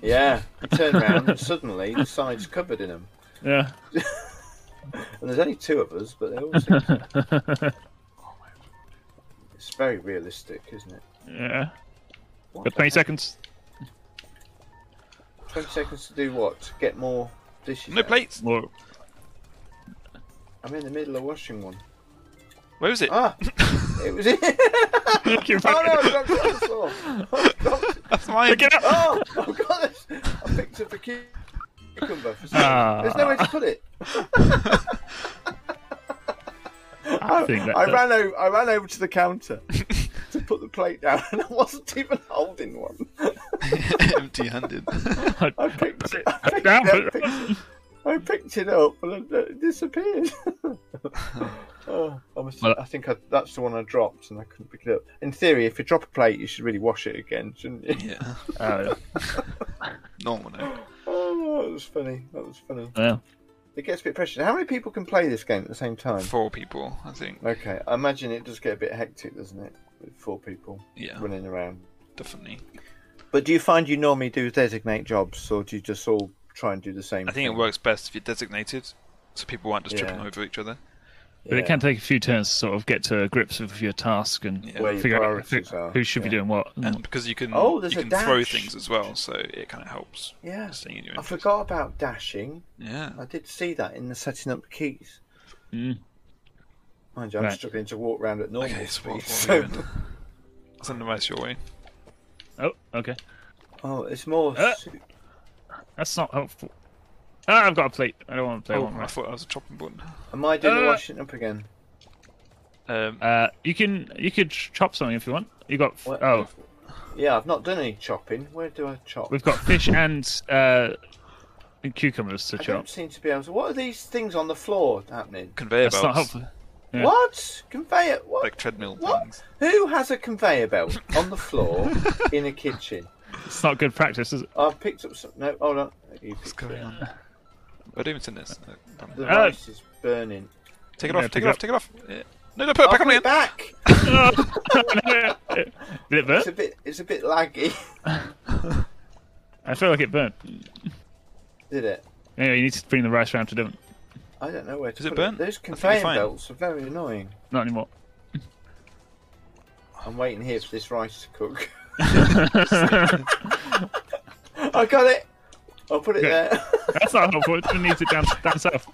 S2: Yeah. You turn around and suddenly the side's covered in them.
S3: Yeah.
S2: And there's only two of us, but they all seem to... It's very realistic, isn't it?
S3: Yeah.
S2: What
S3: Got
S2: the
S3: 20
S2: heck?
S3: seconds.
S2: 20 seconds to do what? To get more dishes.
S1: No
S2: out?
S1: plates.
S3: More.
S2: I'm in the middle of washing one.
S1: Where is it?
S2: Ah! It was in. oh no, I've got the saw. Oh, God.
S1: That's mine.
S3: Get up!
S2: Oh, I've got this. I picked up a cu- cucumber. For some-
S3: Ah.
S2: There's no way to put it.
S3: I think that,
S2: I
S3: that-
S2: ran over. I ran over to the counter to put the plate down, and I wasn't even holding one.
S1: Empty-handed.
S2: I picked it. I picked,
S3: down,
S2: it,
S3: put it
S2: up- I picked it up, and uh, it it disappeared. oh, I, must,
S3: Well-
S2: I think I, that's the one I dropped, and I couldn't pick it up. In theory, if you drop a plate, you should really wash it again, shouldn't you?
S1: yeah.
S3: Oh, yeah.
S1: Normal. No.
S2: Oh, that was funny. That was funny.
S3: Well,
S2: It gets a bit pressured. How many people can play this game at the same time?
S1: Four people, I think.
S2: Okay, I imagine it does get a bit hectic, doesn't it? With four people
S1: Yeah,
S2: running around.
S1: definitely.
S2: But do you find you normally do designate jobs, or do you just all try and do the same?
S1: I think it
S2: thing?
S1: works best if you're designated, so people aren't just tripping
S2: Yeah.
S1: over each other.
S3: But
S2: Yeah.
S3: it can take a few turns to sort of get to grips with your task and
S1: Yeah. Where
S2: your
S3: figure out who,
S2: priorities are,
S3: who should be
S2: yeah.
S3: doing what. and-
S1: And because you can,
S2: Oh,
S1: you
S2: there's a
S1: can throw
S2: dash.
S1: things as well, so it kind of helps.
S2: Yeah.
S1: Staying in your
S2: I
S1: interest.
S2: forgot about dashing.
S1: Yeah.
S2: I did see that in the setting up keys.
S3: Mm.
S2: Mind you, I'm
S3: Right.
S2: struggling to walk around at normal
S1: Okay, so
S2: speed.
S1: what, what are
S2: so-
S1: we doing? I'll send the rice your way.
S3: Oh, okay.
S2: oh, it's more.
S3: Uh.
S2: su-
S3: That's not helpful. Ah, I've got a plate. I don't want to play
S1: Oh,
S3: one.
S1: I
S3: Right.
S1: thought that was a chopping board.
S2: Am I doing the
S3: Uh,
S2: washing up again?
S1: Um,
S3: Uh, you can you could ch- chop something if you want. You got f
S2: What-
S3: oh,
S2: Yeah, I've not done any chopping. Where do I chop?
S3: we've got fish and uh, cucumbers to
S2: I
S3: chop.
S2: don't seem to be able to. What are these things on the floor happening?
S1: conveyor
S3: That's
S1: belts.
S3: not helpful. Yeah.
S2: What conveyor? What?
S1: Like treadmill
S2: what?
S1: things.
S2: Who has a conveyor belt on the floor in a kitchen?
S3: It's not good practice, is it?
S2: I've picked up some. No, hold on. You
S1: What's
S2: picked it
S1: going
S2: up.
S1: on? I don't even see this. No, damn it.
S2: The
S3: Oh.
S2: rice is burning.
S1: Take it
S3: Yeah,
S1: off,
S3: pick
S1: take
S3: it
S1: it off,
S3: up.
S1: take it off. Yeah. No, no, put it
S2: I'll
S1: back on
S2: put it
S1: again.
S2: back.
S3: Did it burn?
S2: It's a bit. It's a bit laggy.
S3: I feel like it burnt.
S2: Did it?
S3: Anyway, you need to bring the rice round to Devon.
S2: I don't know where to.
S1: Is it
S2: put
S1: burnt? I think
S2: Those
S1: it's
S2: conveyor
S1: fine.
S2: belts are very annoying.
S3: Not anymore.
S2: I'm waiting here for this rice to cook. I got it. I'll put it
S3: Good.
S2: there.
S3: That's not helpful. It needs it down, down south.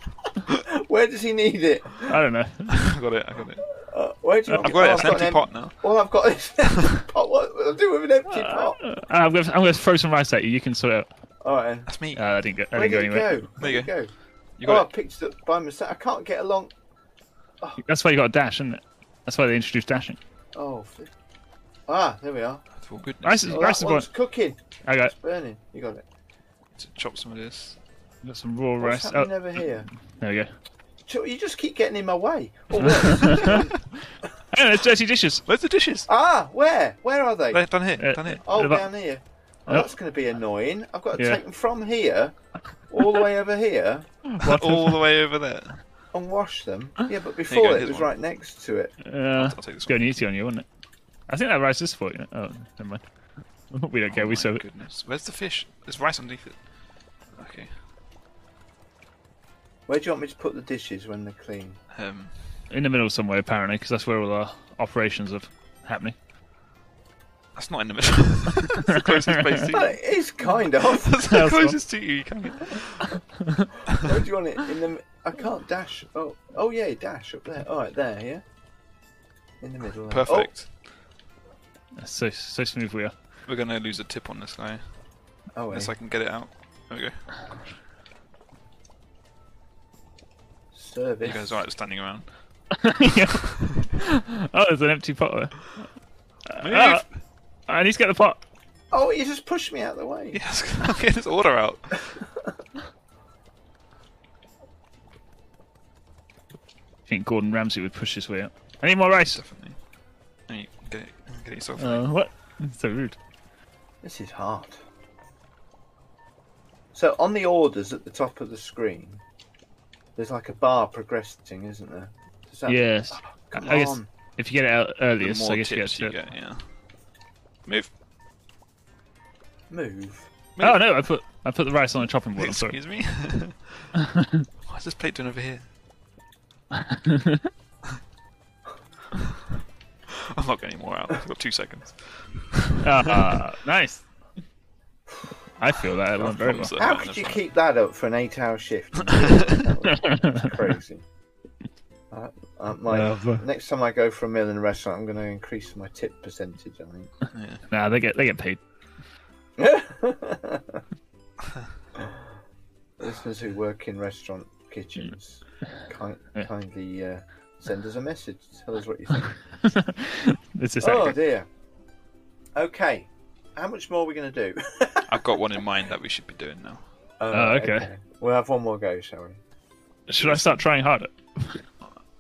S2: Where does he need it?
S3: I don't know.
S1: I got it, I got it.
S2: Uh, where do you? want
S1: I've got it, it's an
S2: Oh,
S1: empty
S2: em-
S1: pot now.
S2: All I've got is an empty pot. What will I do with an empty pot?
S3: Uh, I'm going to I'm gonna throw some rice at you. You can sort it out.
S2: All right.
S1: That's me.
S3: Uh, I didn't go, I
S2: Where
S3: didn't go
S2: did it
S3: anywhere.
S2: go? Where
S1: There you
S2: did it go?
S1: you
S2: Oh, I
S1: got
S2: picked it up by mistake. I can't get along.
S3: That's why you got a dash, isn't it? That's why they introduced dashing.
S2: Oh. flip. Ah, there we are.
S1: it. For goodness.
S3: Rice is,
S2: Oh,
S3: rice
S2: that
S3: is one.
S2: one's cooking.
S3: I got,
S2: Burning. You got it.
S1: To chop some of this.
S3: got some raw
S2: What's
S3: rice.
S2: happening
S3: Oh,
S2: over here?
S3: there we go.
S2: Ch- You just keep getting in my way. Or worse.
S3: Oh, no, it's dirty dishes.
S1: Loads of dishes.
S2: ah, where? Where are they?
S1: Right, Down here,
S3: Uh,
S1: down here.
S2: Oh,
S3: They're about-
S2: down here. Oh,
S3: Yep.
S2: that's going to be annoying. I've got to
S3: Yeah.
S2: take them from here all the way over here
S3: What a-
S1: All the way over there.
S2: and wash them. Yeah, but
S1: you go,
S2: before it
S1: here's
S2: was
S1: one.
S2: right next to it.
S3: Uh,
S1: I'll take this
S3: it's going easy on you, isn't it? I think that rice is for you. Oh, never mind. We don't care.
S1: Oh
S3: we
S1: my
S3: serve it.
S1: goodness. Where's the fish? There's rice underneath it. Okay.
S2: Where do you want me to put the dishes when they're clean?
S1: Um,
S3: In the middle somewhere, apparently, because that's where all our operations are happening.
S1: that's not in the middle. that's the closest place to
S2: But
S1: you.
S2: it is kind of.
S1: That's the
S3: That's one.
S1: closest to you you can get.
S2: Where do you want it? In the. I can't dash. Oh, oh yeah, dash up there. All right, there. Yeah. In the middle. Oh, there.
S1: Perfect.
S3: That's so, so smooth we are.
S1: We're gonna lose a tip on this guy.
S2: Oh, oh
S1: Unless
S2: wait.
S1: I can get it out. There we go.
S2: service.
S1: You guys aren't standing around.
S3: Oh, there's an empty pot there.
S1: Move!
S3: Ah. I need to get the pot.
S2: Oh, you just pushed me out of the way.
S1: Yes, I'll get this order out.
S3: I think Gordon Ramsay would push his way up. I need more rice.
S1: Definitely. And you can get it, get it yourself.
S2: Oh,
S3: Uh, what? That's so rude.
S2: This is hard. So on the orders at the top of the screen, there's like a bar progressing, isn't there? Does that- Oh,
S3: Yes.
S2: Come
S3: I guess
S2: on.
S3: if you get it out
S1: the
S3: earlier,
S1: more
S3: so I guess you get
S1: tips
S3: to.
S1: you get, yeah. Move.
S2: Move.
S1: move.
S3: Oh no, I put I put the rice on the chopping board. I'm sorry.
S1: Excuse me. What's this plate doing over here? I'm not getting more out. I've got two seconds.
S3: Ah, nice. I feel that it went very well.
S1: Problems there,
S2: How
S1: man,
S2: could
S1: that's
S2: you
S1: right.
S2: keep that up for an eight-hour shift? That's crazy. Uh, uh, my,
S3: Yeah, but-
S2: next time I go for a meal in a restaurant, I'm going to increase my tip percentage. I think.
S3: Nah, they get they get paid.
S2: Listeners who work in restaurant kitchens, kind,
S3: Yeah.
S2: kindly uh, send us a message. Tell us what you think.
S3: It's just
S2: Oh
S3: accurate.
S2: dear. Okay. How much more are we going to do?
S1: I've got one in mind that we should be doing now.
S2: Oh,
S3: okay.
S2: We'll have one more go, shall we?
S3: Should I start trying harder?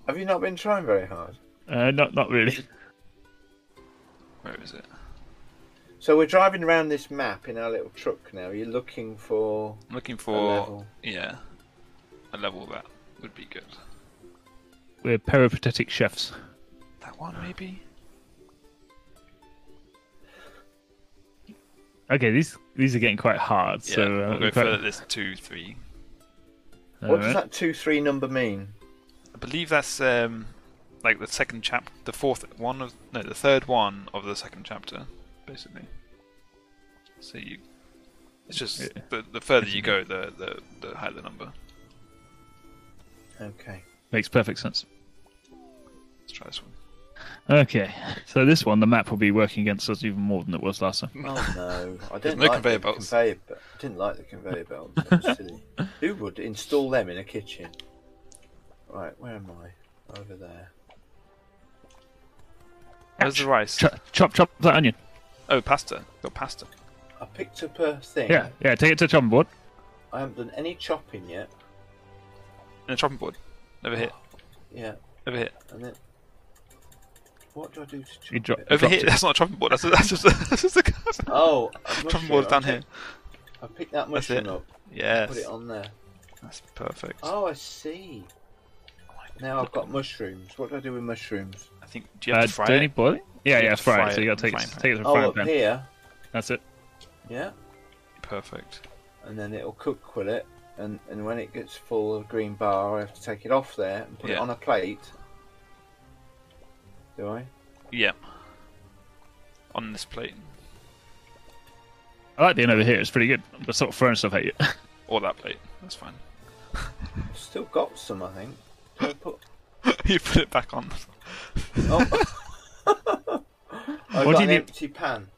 S2: Have you not been trying very hard?
S3: Uh, not not really.
S1: Where is it?
S2: So we're driving around this map in our little truck now. You're looking for.
S1: I'm looking for
S2: level.
S1: yeah, a level that would be good.
S3: We're peripatetic chefs.
S1: That one maybe.
S3: Okay, these these are getting quite hard.
S1: Yeah,
S3: so uh,
S1: we'll go
S3: quite-
S1: further. There's two, three.
S2: What does
S3: Alright.
S2: that two three number mean?
S1: I believe that's um, like the second chap, the fourth one of no, the third one of the second chapter, basically. So you, it's just
S3: Yeah.
S1: the, the further you go, the, the the higher the number.
S2: Okay.
S3: Makes perfect sense.
S1: Let's try this one.
S3: Okay, so this one, the map will be working against us even more than it was last time.
S2: Oh no, I didn't
S1: no
S2: like
S1: conveyor
S2: the
S1: belts.
S2: conveyor be- I didn't like the conveyor belts. That was silly. Who would install them in a kitchen? Right, where am I? Over there.
S1: Where's the rice?
S3: Chop, chop, chop that onion.
S1: Oh, pasta. Got pasta.
S2: I picked up a thing.
S3: Yeah, yeah, take it to the chopping board.
S2: I haven't done any chopping yet.
S1: And a chopping board. Over here.
S2: Oh. Yeah,
S1: Over here.
S2: and then what do I do to chop
S3: You drop-
S2: it?
S1: Over
S3: dropped
S1: here.
S3: it.
S1: That's not a chopping board. That's, that's just that's just a cup.
S2: Oh, a mushroom.
S1: Chopping board's down
S2: I
S1: here.
S2: pick- I picked that
S1: That's
S2: mushroom
S1: it.
S2: up. Put
S1: Yes.
S2: it on there.
S1: That's perfect.
S2: Oh, I see. Now I've got mushrooms. What do I do with mushrooms?
S1: I think. Do you have
S3: Uh,
S1: to fry
S3: do
S1: it?
S3: any boil it? Yeah,
S1: You
S3: yeah,
S1: have to
S3: fry,
S1: fry
S3: it. So
S1: it
S3: you
S1: in
S3: gotta take
S1: the
S3: it,
S1: frying
S3: take it to the
S2: Oh,
S3: frying
S2: up
S3: pan.
S2: here.
S3: That's it.
S2: Yeah.
S1: Perfect.
S2: and then it'll cook with it. And, and when it gets full of green bar, I have to take it off there and put it
S1: Yeah.
S2: on a plate. Do I?
S1: Yeah. On this plate.
S3: I like being over here. It's pretty good. I'm sort of throwing stuff at you.
S1: Or that plate. That's fine.
S2: I've still got some, I think. Can I put...
S1: you put it back on.
S2: oh. I've
S3: What
S2: got
S3: do
S2: an
S3: you need-
S2: empty pan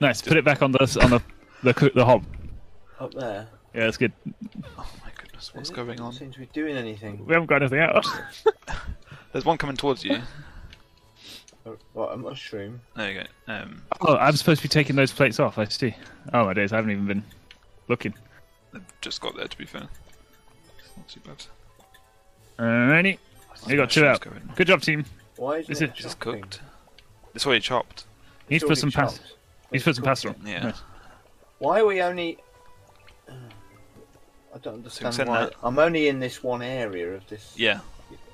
S3: nice. Put it back on the on the the cook the hob.
S2: up there.
S3: Yeah, that's good.
S1: Oh my goodness, what's
S2: It
S1: going
S2: doesn't
S1: on?
S2: Seem to be doing anything.
S3: We haven't got anything out.
S1: There's one coming towards you.
S2: Oh, What a mushroom.
S1: There you go. Um,
S3: oh, I'm supposed to be taking those plates off. I see. Oh my days, I haven't even been looking.
S1: they've just got there, to be fair. It's not too bad.
S3: Alrighty, Uh, you got two
S1: Mushrooms
S3: out.
S1: going.
S3: Good job, team.
S2: Why is,
S3: Is
S2: it,
S3: it
S1: It's
S2: chopping?
S1: cooked. It's already chopped.
S3: You need
S2: It's
S3: to put some
S2: already
S3: pasta.
S2: chopped.
S3: You need to put some pasta on.
S1: Yeah.
S3: Nice.
S2: Why are we only? I don't understand
S1: send
S2: why.
S1: that.
S2: I'm only in this one area of this.
S1: Yeah.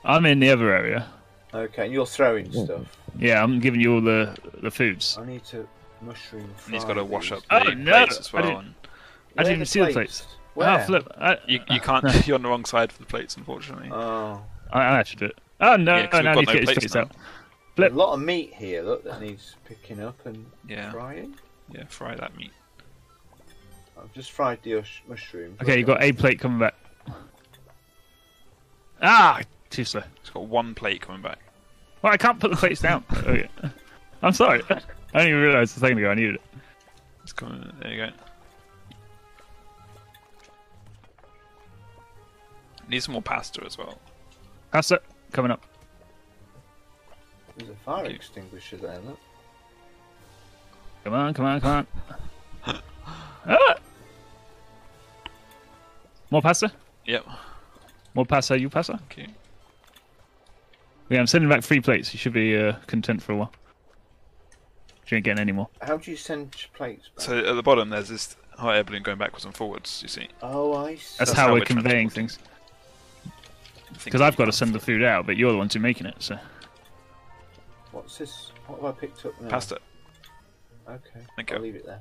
S3: I'm in the other area.
S2: Okay, and you're throwing stuff.
S3: Yeah, I'm giving you all the the foods. Ah,
S2: I need to mushroom.
S1: And he's got to wash up
S3: Oh,
S1: the
S3: no!
S1: plates as
S3: I
S1: well.
S3: didn't-
S1: and
S3: I didn't even see the plates.
S2: Where?
S3: Ah, flip. I,
S1: you, you can't. you're on the wrong side for the plates, unfortunately.
S2: Oh,
S3: I, I actually do it. Oh no!
S1: Yeah, 'cause
S3: oh,
S1: we've
S3: now I
S1: got
S3: need to
S1: no
S3: get his
S1: plates
S3: face
S1: now.
S3: out.
S2: a
S3: Flip.
S2: lot of meat here. Look, that needs picking up and
S1: Yeah.
S2: frying.
S1: Yeah. Fry that meat.
S2: I've just fried the ush- mushroom.
S3: Okay, you got a plate coming back. Ah, too slow.
S1: It's got one plate coming back.
S3: Well, I can't put the plates down. Oh, yeah. I'm sorry. I didn't even realise a second ago I needed it.
S1: It's coming. There you go. Need some more pasta as well.
S3: Pasta coming up.
S2: There's a fire
S1: Okay.
S2: extinguisher there. Look.
S3: Come on, come on, come on. Ah! More pasta?
S1: Yep.
S3: More pasta, you pasta?
S1: Okay.
S3: Yeah, I'm sending back three plates. You should be uh, content for a while. You ain't getting any more.
S2: How do you send ch- plates? Back?
S1: So at the bottom, there's this hot air balloon going backwards and forwards. You see,
S2: Oh, I see.
S3: That's,
S1: That's
S3: how,
S1: how
S3: we're
S1: we're
S3: conveying
S1: transporting.
S3: things. Because I've got to send the food out, but you're the ones who making it, so.
S2: What's this? What have I picked up now?
S1: pasta.
S2: Okay.
S1: Thank
S2: I'll
S1: you.
S2: leave it there.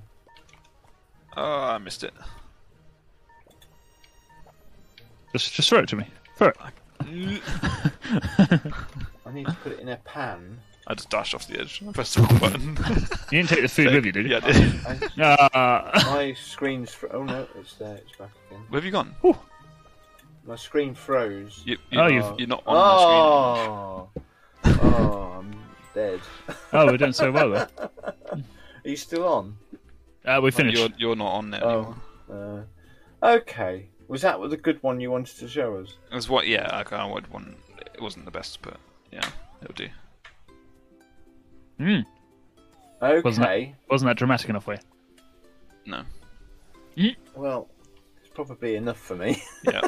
S1: Oh, I missed it.
S3: Just, just throw it to me. Throw it.
S2: I need to put it in a pan.
S1: I just dashed off the edge. I pressed the wrong button.
S3: You didn't take the food with you, did you?
S1: yeah, I did.
S2: I,
S3: Ah,
S2: my screen's. Fr- oh no, it's there. It's back again.
S1: Where have you gone?
S2: My screen froze.
S1: You, you,
S3: Oh,
S1: oh,
S3: you've-
S1: you're not on the screen.
S2: Oh, oh, I'm dead.
S3: oh, we're doing so well, though.
S2: Are you still on?
S3: Uh, we finished.
S1: You're, you're not on it
S2: Oh,
S1: anymore.
S2: uh, okay. Was that the good one you wanted to show us?
S1: It was what? Yeah, I kind of wanted one. It wasn't the best, but yeah, it'll do.
S3: Mm, Wasn't
S2: Okay.
S3: wasn't that dramatic enough way?
S1: No.
S2: Well, it's probably enough for me.
S1: Yeah.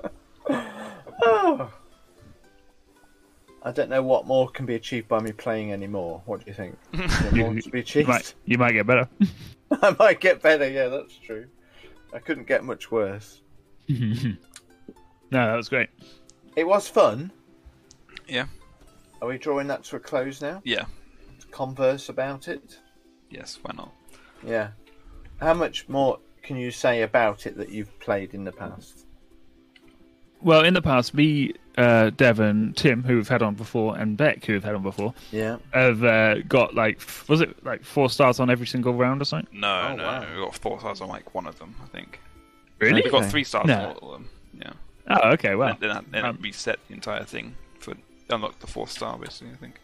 S2: oh. I don't know what more can be achieved by me playing anymore. What do you think? Is there more to be
S3: You
S2: achieved?
S3: might, you might get better.
S2: I might get better. Yeah, that's true. I couldn't get much worse.
S3: No, that was great.
S2: It was fun.
S1: yeah.
S2: Are we drawing that to a close now?
S1: Yeah.
S2: Converse about it.
S1: Yes. Why not?
S2: Yeah. How much more can you say about it that you've played in the past?
S3: Well, in the past, me, uh, Dev, and Tim, who we've had on before, and Beck, who we've had on before,
S2: Yeah.
S3: have uh, got like, f- was it like four stars on every single round or something?
S1: No,
S2: Oh,
S1: no.
S2: wow.
S1: We got four stars on like one of them, I think.
S3: Really?
S1: We got three stars
S3: No.
S1: on all of them. Yeah.
S3: Oh, okay. Well,
S1: And uh, then, I- then
S3: Um,
S1: it reset the entire thing for unlock the fourth star basically. I think.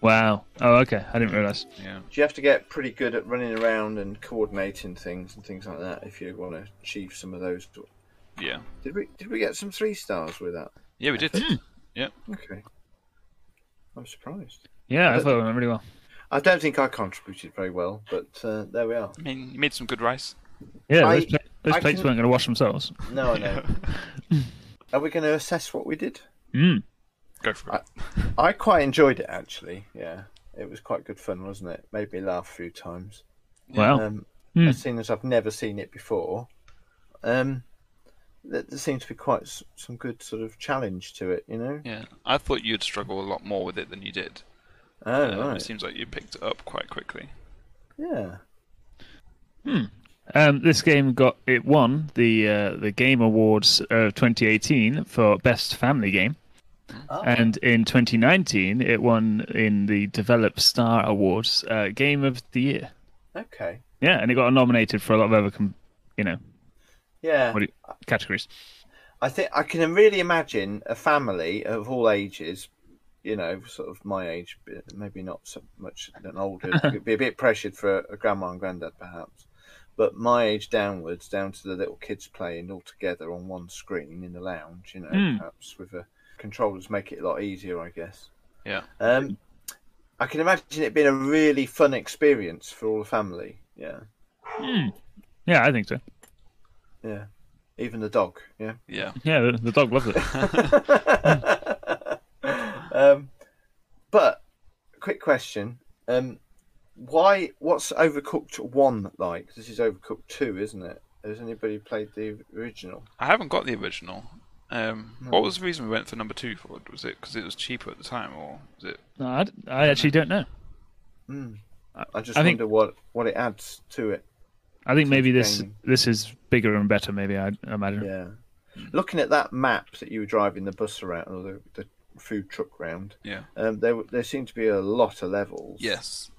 S3: Wow. Oh, okay. I didn't realize.
S1: Yeah.
S2: Do you have to get pretty good at running around and coordinating things and things like that if you want to achieve some of those?
S1: Yeah.
S2: Did we did we get some three stars with that?
S1: Yeah, we did.
S3: Hmm.
S1: yeah.
S2: Okay, I'm surprised.
S3: Yeah, I thought it went really well.
S2: I don't think I contributed very well, but uh, there we are.
S1: I mean, you made some good rice.
S3: Yeah,
S2: I-
S3: those, pla- those
S2: I
S3: plates
S2: can-
S3: weren't going to wash themselves.
S2: No, I know. Are we going to assess what we did?
S3: Mm.
S1: Go for it.
S2: I quite enjoyed it actually. Yeah, it was quite good fun, wasn't it? Made me laugh a few times.
S3: Wow.
S2: Um,
S3: Hmm.
S2: I've seen as I've never seen it before. Um, there, there seems to be quite s- some good sort of challenge to it, you know.
S1: yeah. I thought you'd struggle a lot more with it than you did.
S2: Oh,
S1: Um, It
S2: right.
S1: seems like you picked it up quite quickly.
S2: Yeah.
S3: Um, this game got it won the uh, the Game Awards of 2018 for Best Family Game,
S2: Ah,
S3: and in 2019 it won in the Develop Star Awards uh, Game of the Year.
S2: Okay.
S3: Yeah, and it got nominated for a lot of other, com- you know,
S2: Yeah.
S3: what do you- categories.
S2: I think I can really imagine a family of all ages, you know, sort of my age, but maybe not so much than older. It'd be a bit pressured for a grandma and granddad, perhaps. But my age downwards, down to the little kids playing all together on one screen in the lounge, you know,
S3: Hmm.
S2: perhaps with a controllers make it a lot easier, I guess.
S1: Yeah.
S2: Um, I can imagine it being a really fun experience for all the family. Yeah,
S3: Yeah, I think so.
S2: yeah. Even the dog. Yeah.
S1: Yeah.
S3: Yeah, the, the dog loves it.
S2: Um, but quick question: um, Why? What's Overcooked One like? This is Overcooked Two, isn't it? Has anybody played the original?
S1: I haven't got the original. Um, What was the reason we went for number two for it? Was it because it was cheaper at the time, or was it?
S3: No, I, I actually don't know.
S2: I just
S3: I think-
S2: wonder what what it adds to it.
S3: I think maybe this
S2: gaming.
S3: this is bigger and better. Maybe I imagine.
S2: Yeah. Looking at that map that you were driving the bus around or the, the food truck round,
S1: Yeah.
S2: um, there there seem to be a lot of levels.
S1: Yes.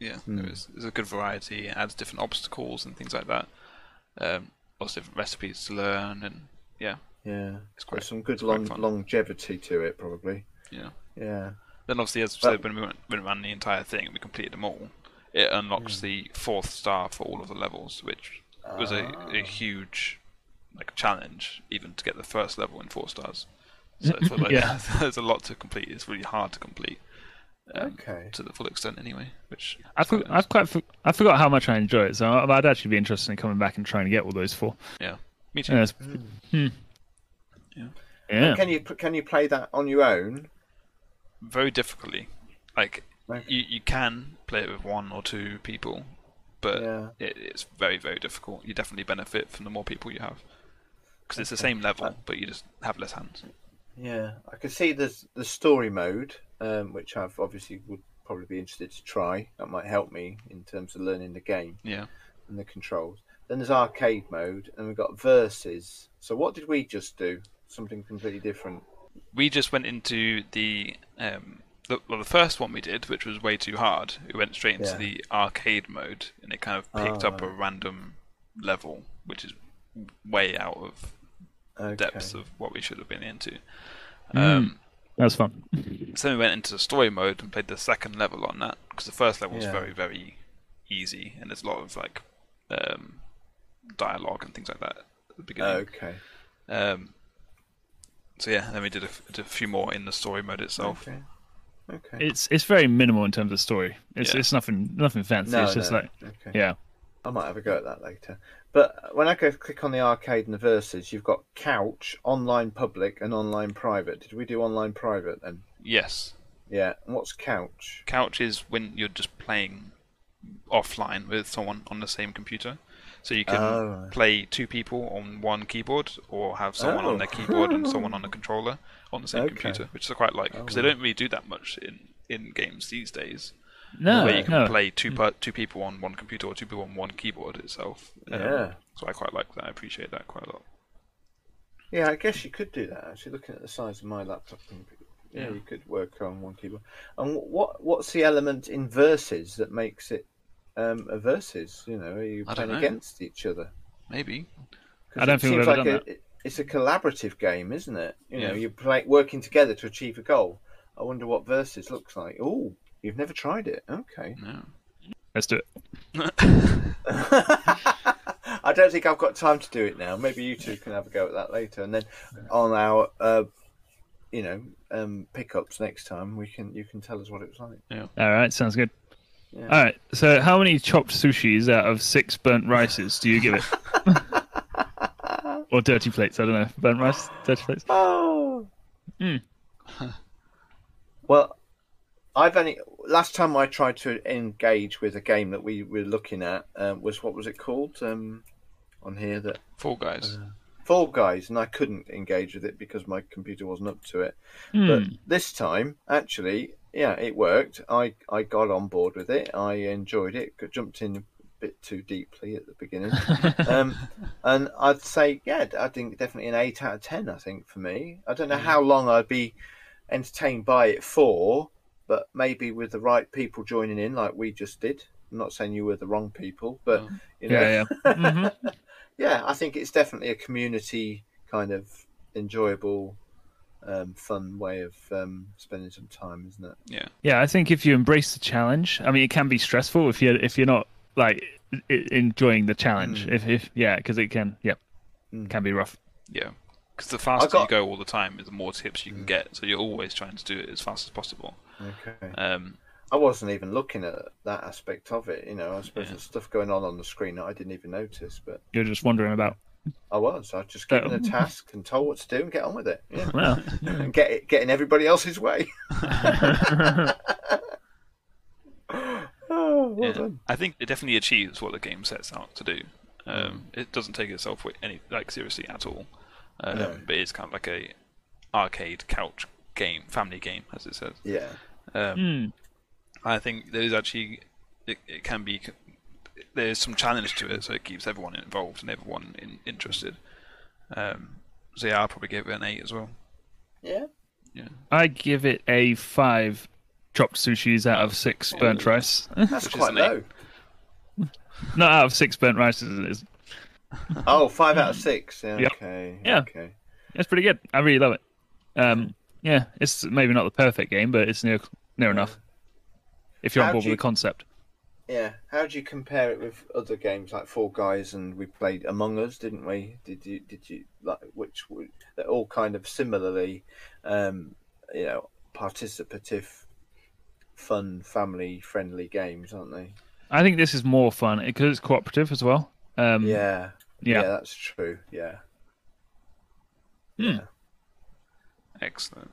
S1: Yeah.
S3: Hmm.
S1: There is, there's a good variety. It adds different obstacles and things like that. Um, lots of different recipes to learn, and yeah,
S2: Yeah.
S1: It's quite-
S2: There's some good
S1: it's quite
S2: long,
S1: fun.
S2: longevity to it, probably.
S1: yeah.
S2: Yeah.
S1: Then obviously, as I said, when we went, went around the entire thing and we completed them all, it unlocks
S3: Hmm.
S1: the fourth star for all of the levels, which was a, a
S3: Ah.
S1: huge like challenge even to get the first level in four stars. So it's like,
S3: Yeah.
S1: there's a lot to complete. It's really hard to complete
S2: Okay.
S1: to the full extent, anyway. Which
S3: I for, I've quite for, I forgot how much I enjoy it, so I- I'd actually be interested in coming back and trying to get all those four.
S1: yeah, me too.
S3: Yeah, it's- hmm.
S1: Yeah.
S3: yeah.
S2: Can you can you play that on your own?
S1: Very difficultly. Like
S2: Okay.
S1: you, you can play it with one or two people, but
S2: Yeah.
S1: it, it's very very difficult. You definitely benefit from the more people you have because it's the same level, but you just have less hands.
S2: Yeah, I can see there's the story mode, um, which I've obviously would probably be interested to try. That might help me in terms of learning the game
S1: Yeah.
S2: and the controls. Then there's arcade mode, and we've got versus. So what did we just do? Something completely different.
S1: we just went into the um the, well, the first one we did, which was way too hard, we went straight into
S2: Yeah. Oh.
S1: the arcade mode, and it kind of picked up a random level, which is way out of
S2: Okay.
S1: depths of what we should have been into. Um,
S3: That was fun.
S1: so then we went into story mode and played the second level on that because the first level was
S2: Yeah.
S1: very very easy, and there's a lot of like um, dialogue and things like that at the beginning.
S2: Oh, Okay.
S1: Um, so yeah, then we did a, f- did a few more in the story mode itself.
S2: Okay. Okay.
S3: It's it's very minimal in terms of story. It's
S1: Yeah.
S3: it's nothing nothing fancy.
S2: No,
S3: it's just
S2: no.
S3: like
S2: Okay.
S3: yeah.
S2: I might have a go at that later. But when I go click on the arcade and the versus, you've got couch, online public, and online private. Did we do online private then?
S1: Yes,
S2: Yeah. And what's couch?
S1: couch is when you're just playing offline with someone on the same computer. So you can
S2: Oh, right.
S1: play two people on one keyboard, or have someone on
S2: Oh.
S1: their keyboard and someone on a controller on the same
S2: Okay. Oh,
S1: computer, which I quite like because they don't really do that much in, in games these days,
S3: No,
S1: where you can
S3: no. Mm.
S1: play two per, two people on one computer or two people on one keyboard itself. Um,
S2: Yeah.
S1: So I quite like that. I appreciate that quite a lot.
S2: Yeah, I guess you could do that. Actually, looking at the size of my laptop, and- yeah, you could work on one keyboard. And wh- what what's the element in verses that makes it um, a verses? You know, are you
S1: I don't
S2: playing
S1: know.
S2: against each other?
S1: Maybe.
S2: 'Cause
S3: I don't
S2: it
S3: think we've
S2: seems
S3: ever
S2: like
S3: done
S2: a, It's a collaborative game, isn't it? You know,
S1: Yeah.
S2: you're play, working together to achieve a goal. I wonder what Versus looks like. Oh, you've never tried it. Okay.
S1: No.
S3: Let's do it.
S2: I don't think I've got time to do it now. Maybe you two can have a go at that later, and then on our, uh, you know, um, pickups next time we can you can tell us what it was like.
S3: All right, sounds good.
S2: Yeah.
S3: All right, so how many chopped sushis out of six burnt rices do you give it? or dirty plates? I don't know. Burnt rice, dirty plates.
S2: Oh.
S3: Mm.
S2: well, I've only last time I tried to engage with a game that we were looking at um, was what was it called um, on here that
S1: Fall Guys.
S2: Uh, Fall Guys, and I couldn't engage with it because my computer wasn't up to it.
S3: Hmm.
S2: But this time, actually, yeah, it worked. I, I got on board with it. I enjoyed it. Got- Jumped in a bit too deeply at the beginning, um, and I'd say, yeah, I think definitely an eight out of ten. I think for me, I don't know how long I'd be entertained by it for, but maybe with the right people joining in, like we just did. I'm not saying you were the wrong people, but you know,
S3: Yeah, yeah. hmm
S2: yeah, I think it's definitely a community kind of enjoyable, um, fun way of um, spending some time, isn't it?
S1: Yeah.
S3: Yeah, I think if you embrace the challenge, I mean, it can be stressful if you're if you're not like i- enjoying the challenge.
S2: Mm.
S3: If if yeah, because it can yeah, can be rough.
S1: Yeah. Because the faster
S2: got- Mm.
S1: you go all the time, the more tips you can get. So you're always trying to do it as fast as possible.
S2: Okay.
S1: Um,
S2: I wasn't even looking at that aspect of it. You know, I suppose there's stuff going on on the screen that I didn't even notice, but
S3: You're just wondering about.
S2: I was. I was just given
S3: Oh.
S2: a task and told what to do and get on with it. Yeah.
S3: Well,
S2: and get it, get in everybody else's way. oh, well
S1: yeah.
S2: done.
S1: I think it definitely achieves what the game sets out to do. Um,
S2: Mm.
S1: it doesn't take itself wi- any like seriously at all, um,
S2: No.
S1: but it's kind of like a arcade couch game, family game, as it says.
S2: Yeah.
S1: Um, I think there's actually it, it can be c- there's some challenge to it, so it keeps everyone involved and everyone in, interested. Um, so yeah, I'll probably give it an eight as well.
S2: Yeah.
S3: I give it a five chopped sushis out of six burnt rice.
S2: That's
S1: Which is
S2: quite
S1: an eight.
S2: low.
S3: not out of six burnt rices. It is.
S2: Oh, five out of six. Yeah,
S3: Yep.
S2: Okay.
S3: Yeah.
S2: Okay.
S3: It's pretty good. I really love it. Um, yeah, it's maybe not the perfect game, but it's near near enough. If you're
S2: How
S3: on board
S2: do
S3: with
S2: you-
S3: the concept,
S2: Yeah. How do you compare it with other games like Fall Guys and we played Among Us, didn't we? Did you did you like which were- they're all kind of similarly, um, you know, participative, fun, family friendly games, aren't they?
S3: I think this is more fun because it's cooperative as well.
S1: Mm-hmm.
S3: Um,
S2: Yeah.
S3: Yeah.
S2: that's true. Yeah.
S1: Excellent.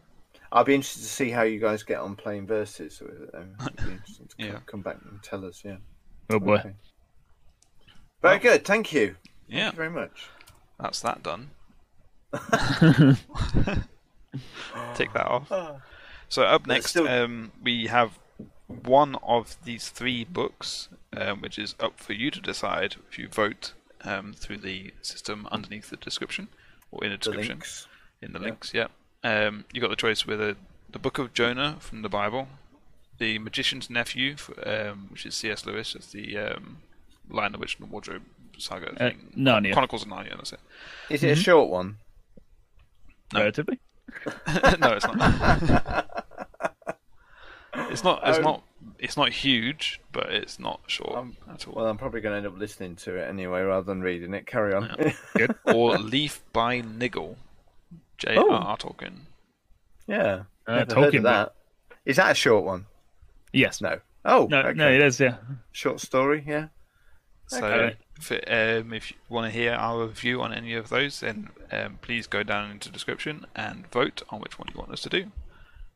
S2: I'll be interested to see how you guys get on playing versus with it. Though. It'd be interesting to
S1: Yeah.
S2: come, come back and tell us. Yeah.
S3: Oh boy.
S2: Okay. Very good. Thank you.
S1: Yeah,
S2: Thank you very much.
S1: that's that done. Take that off. So up next,
S2: still-
S1: um, we have one of these three books, um, which is up for you to decide if you vote um, through the system underneath the description or in the
S2: The
S1: description.
S2: links.
S1: In the links, yeah. Um, you got the choice with uh the Book of Jonah from the Bible, the Magician's Nephew, f- um, which is C.S. Lewis, it's the um, Lion, the Witch, and the Wardrobe saga
S3: Uh,
S1: thing.
S3: Narnia.
S1: Chronicles of Narnia, that's it.
S2: Is
S1: Mm-hmm.
S2: it a short one?
S3: Relatively.
S1: no, it's not. it's not.
S2: Um,
S1: It's not. It's not huge, but it's not short at all.
S2: Well, I'm probably going to end up listening to it anyway rather than reading it. Carry on.
S1: or Leaf by Niggle, J.R.R.
S2: Oh.
S1: Tolkien.
S2: yeah.
S3: Uh,
S2: Never heard
S3: Tolkien
S2: of that. Is that a short one?
S3: Yes.
S2: No. Oh,
S3: No,
S2: okay.
S3: no, it is. Yeah.
S2: Short story, yeah.
S1: So
S3: Okay.
S1: if, it- um, if you want to hear our review on any of those, then um, please go down into the description and vote on which one you want us to do.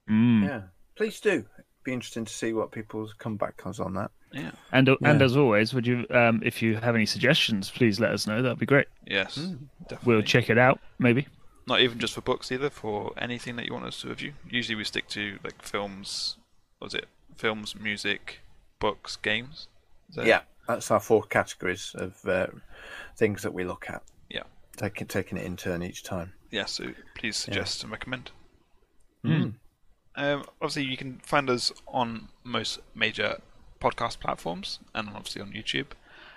S3: Hmm.
S2: Yeah. Please do. Be interesting to see what people's comebacks on that.
S1: Yeah.
S3: And uh, and as always, would you um, if you have any suggestions, please let us know. That'd be great.
S1: Yes.
S2: Hmm.
S1: Definitely.
S3: We'll check it out. Maybe.
S1: Not even just for books either. For anything that you want us to review. Usually we stick to like films. What was it films, music, books, games? Is that-
S2: Yeah. That's our four categories of uh, things that we look at,
S1: Yeah.
S2: taking taking it in turn each time.
S1: yeah, so please suggest and recommend. Um, obviously, you can find us on most major podcast platforms and obviously on YouTube.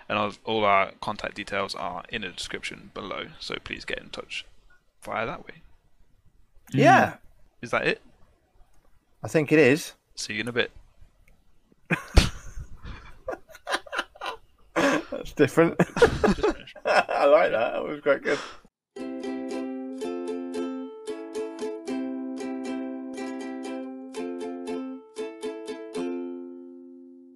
S1: And all- all our contact details are in the description below, so please get
S3: Hmm.
S1: in touch via that way.
S2: Yeah.
S1: Is that it?
S2: I think it is.
S1: See you in a bit.
S2: That's different.
S1: Just finished.
S2: I like that. That was quite good.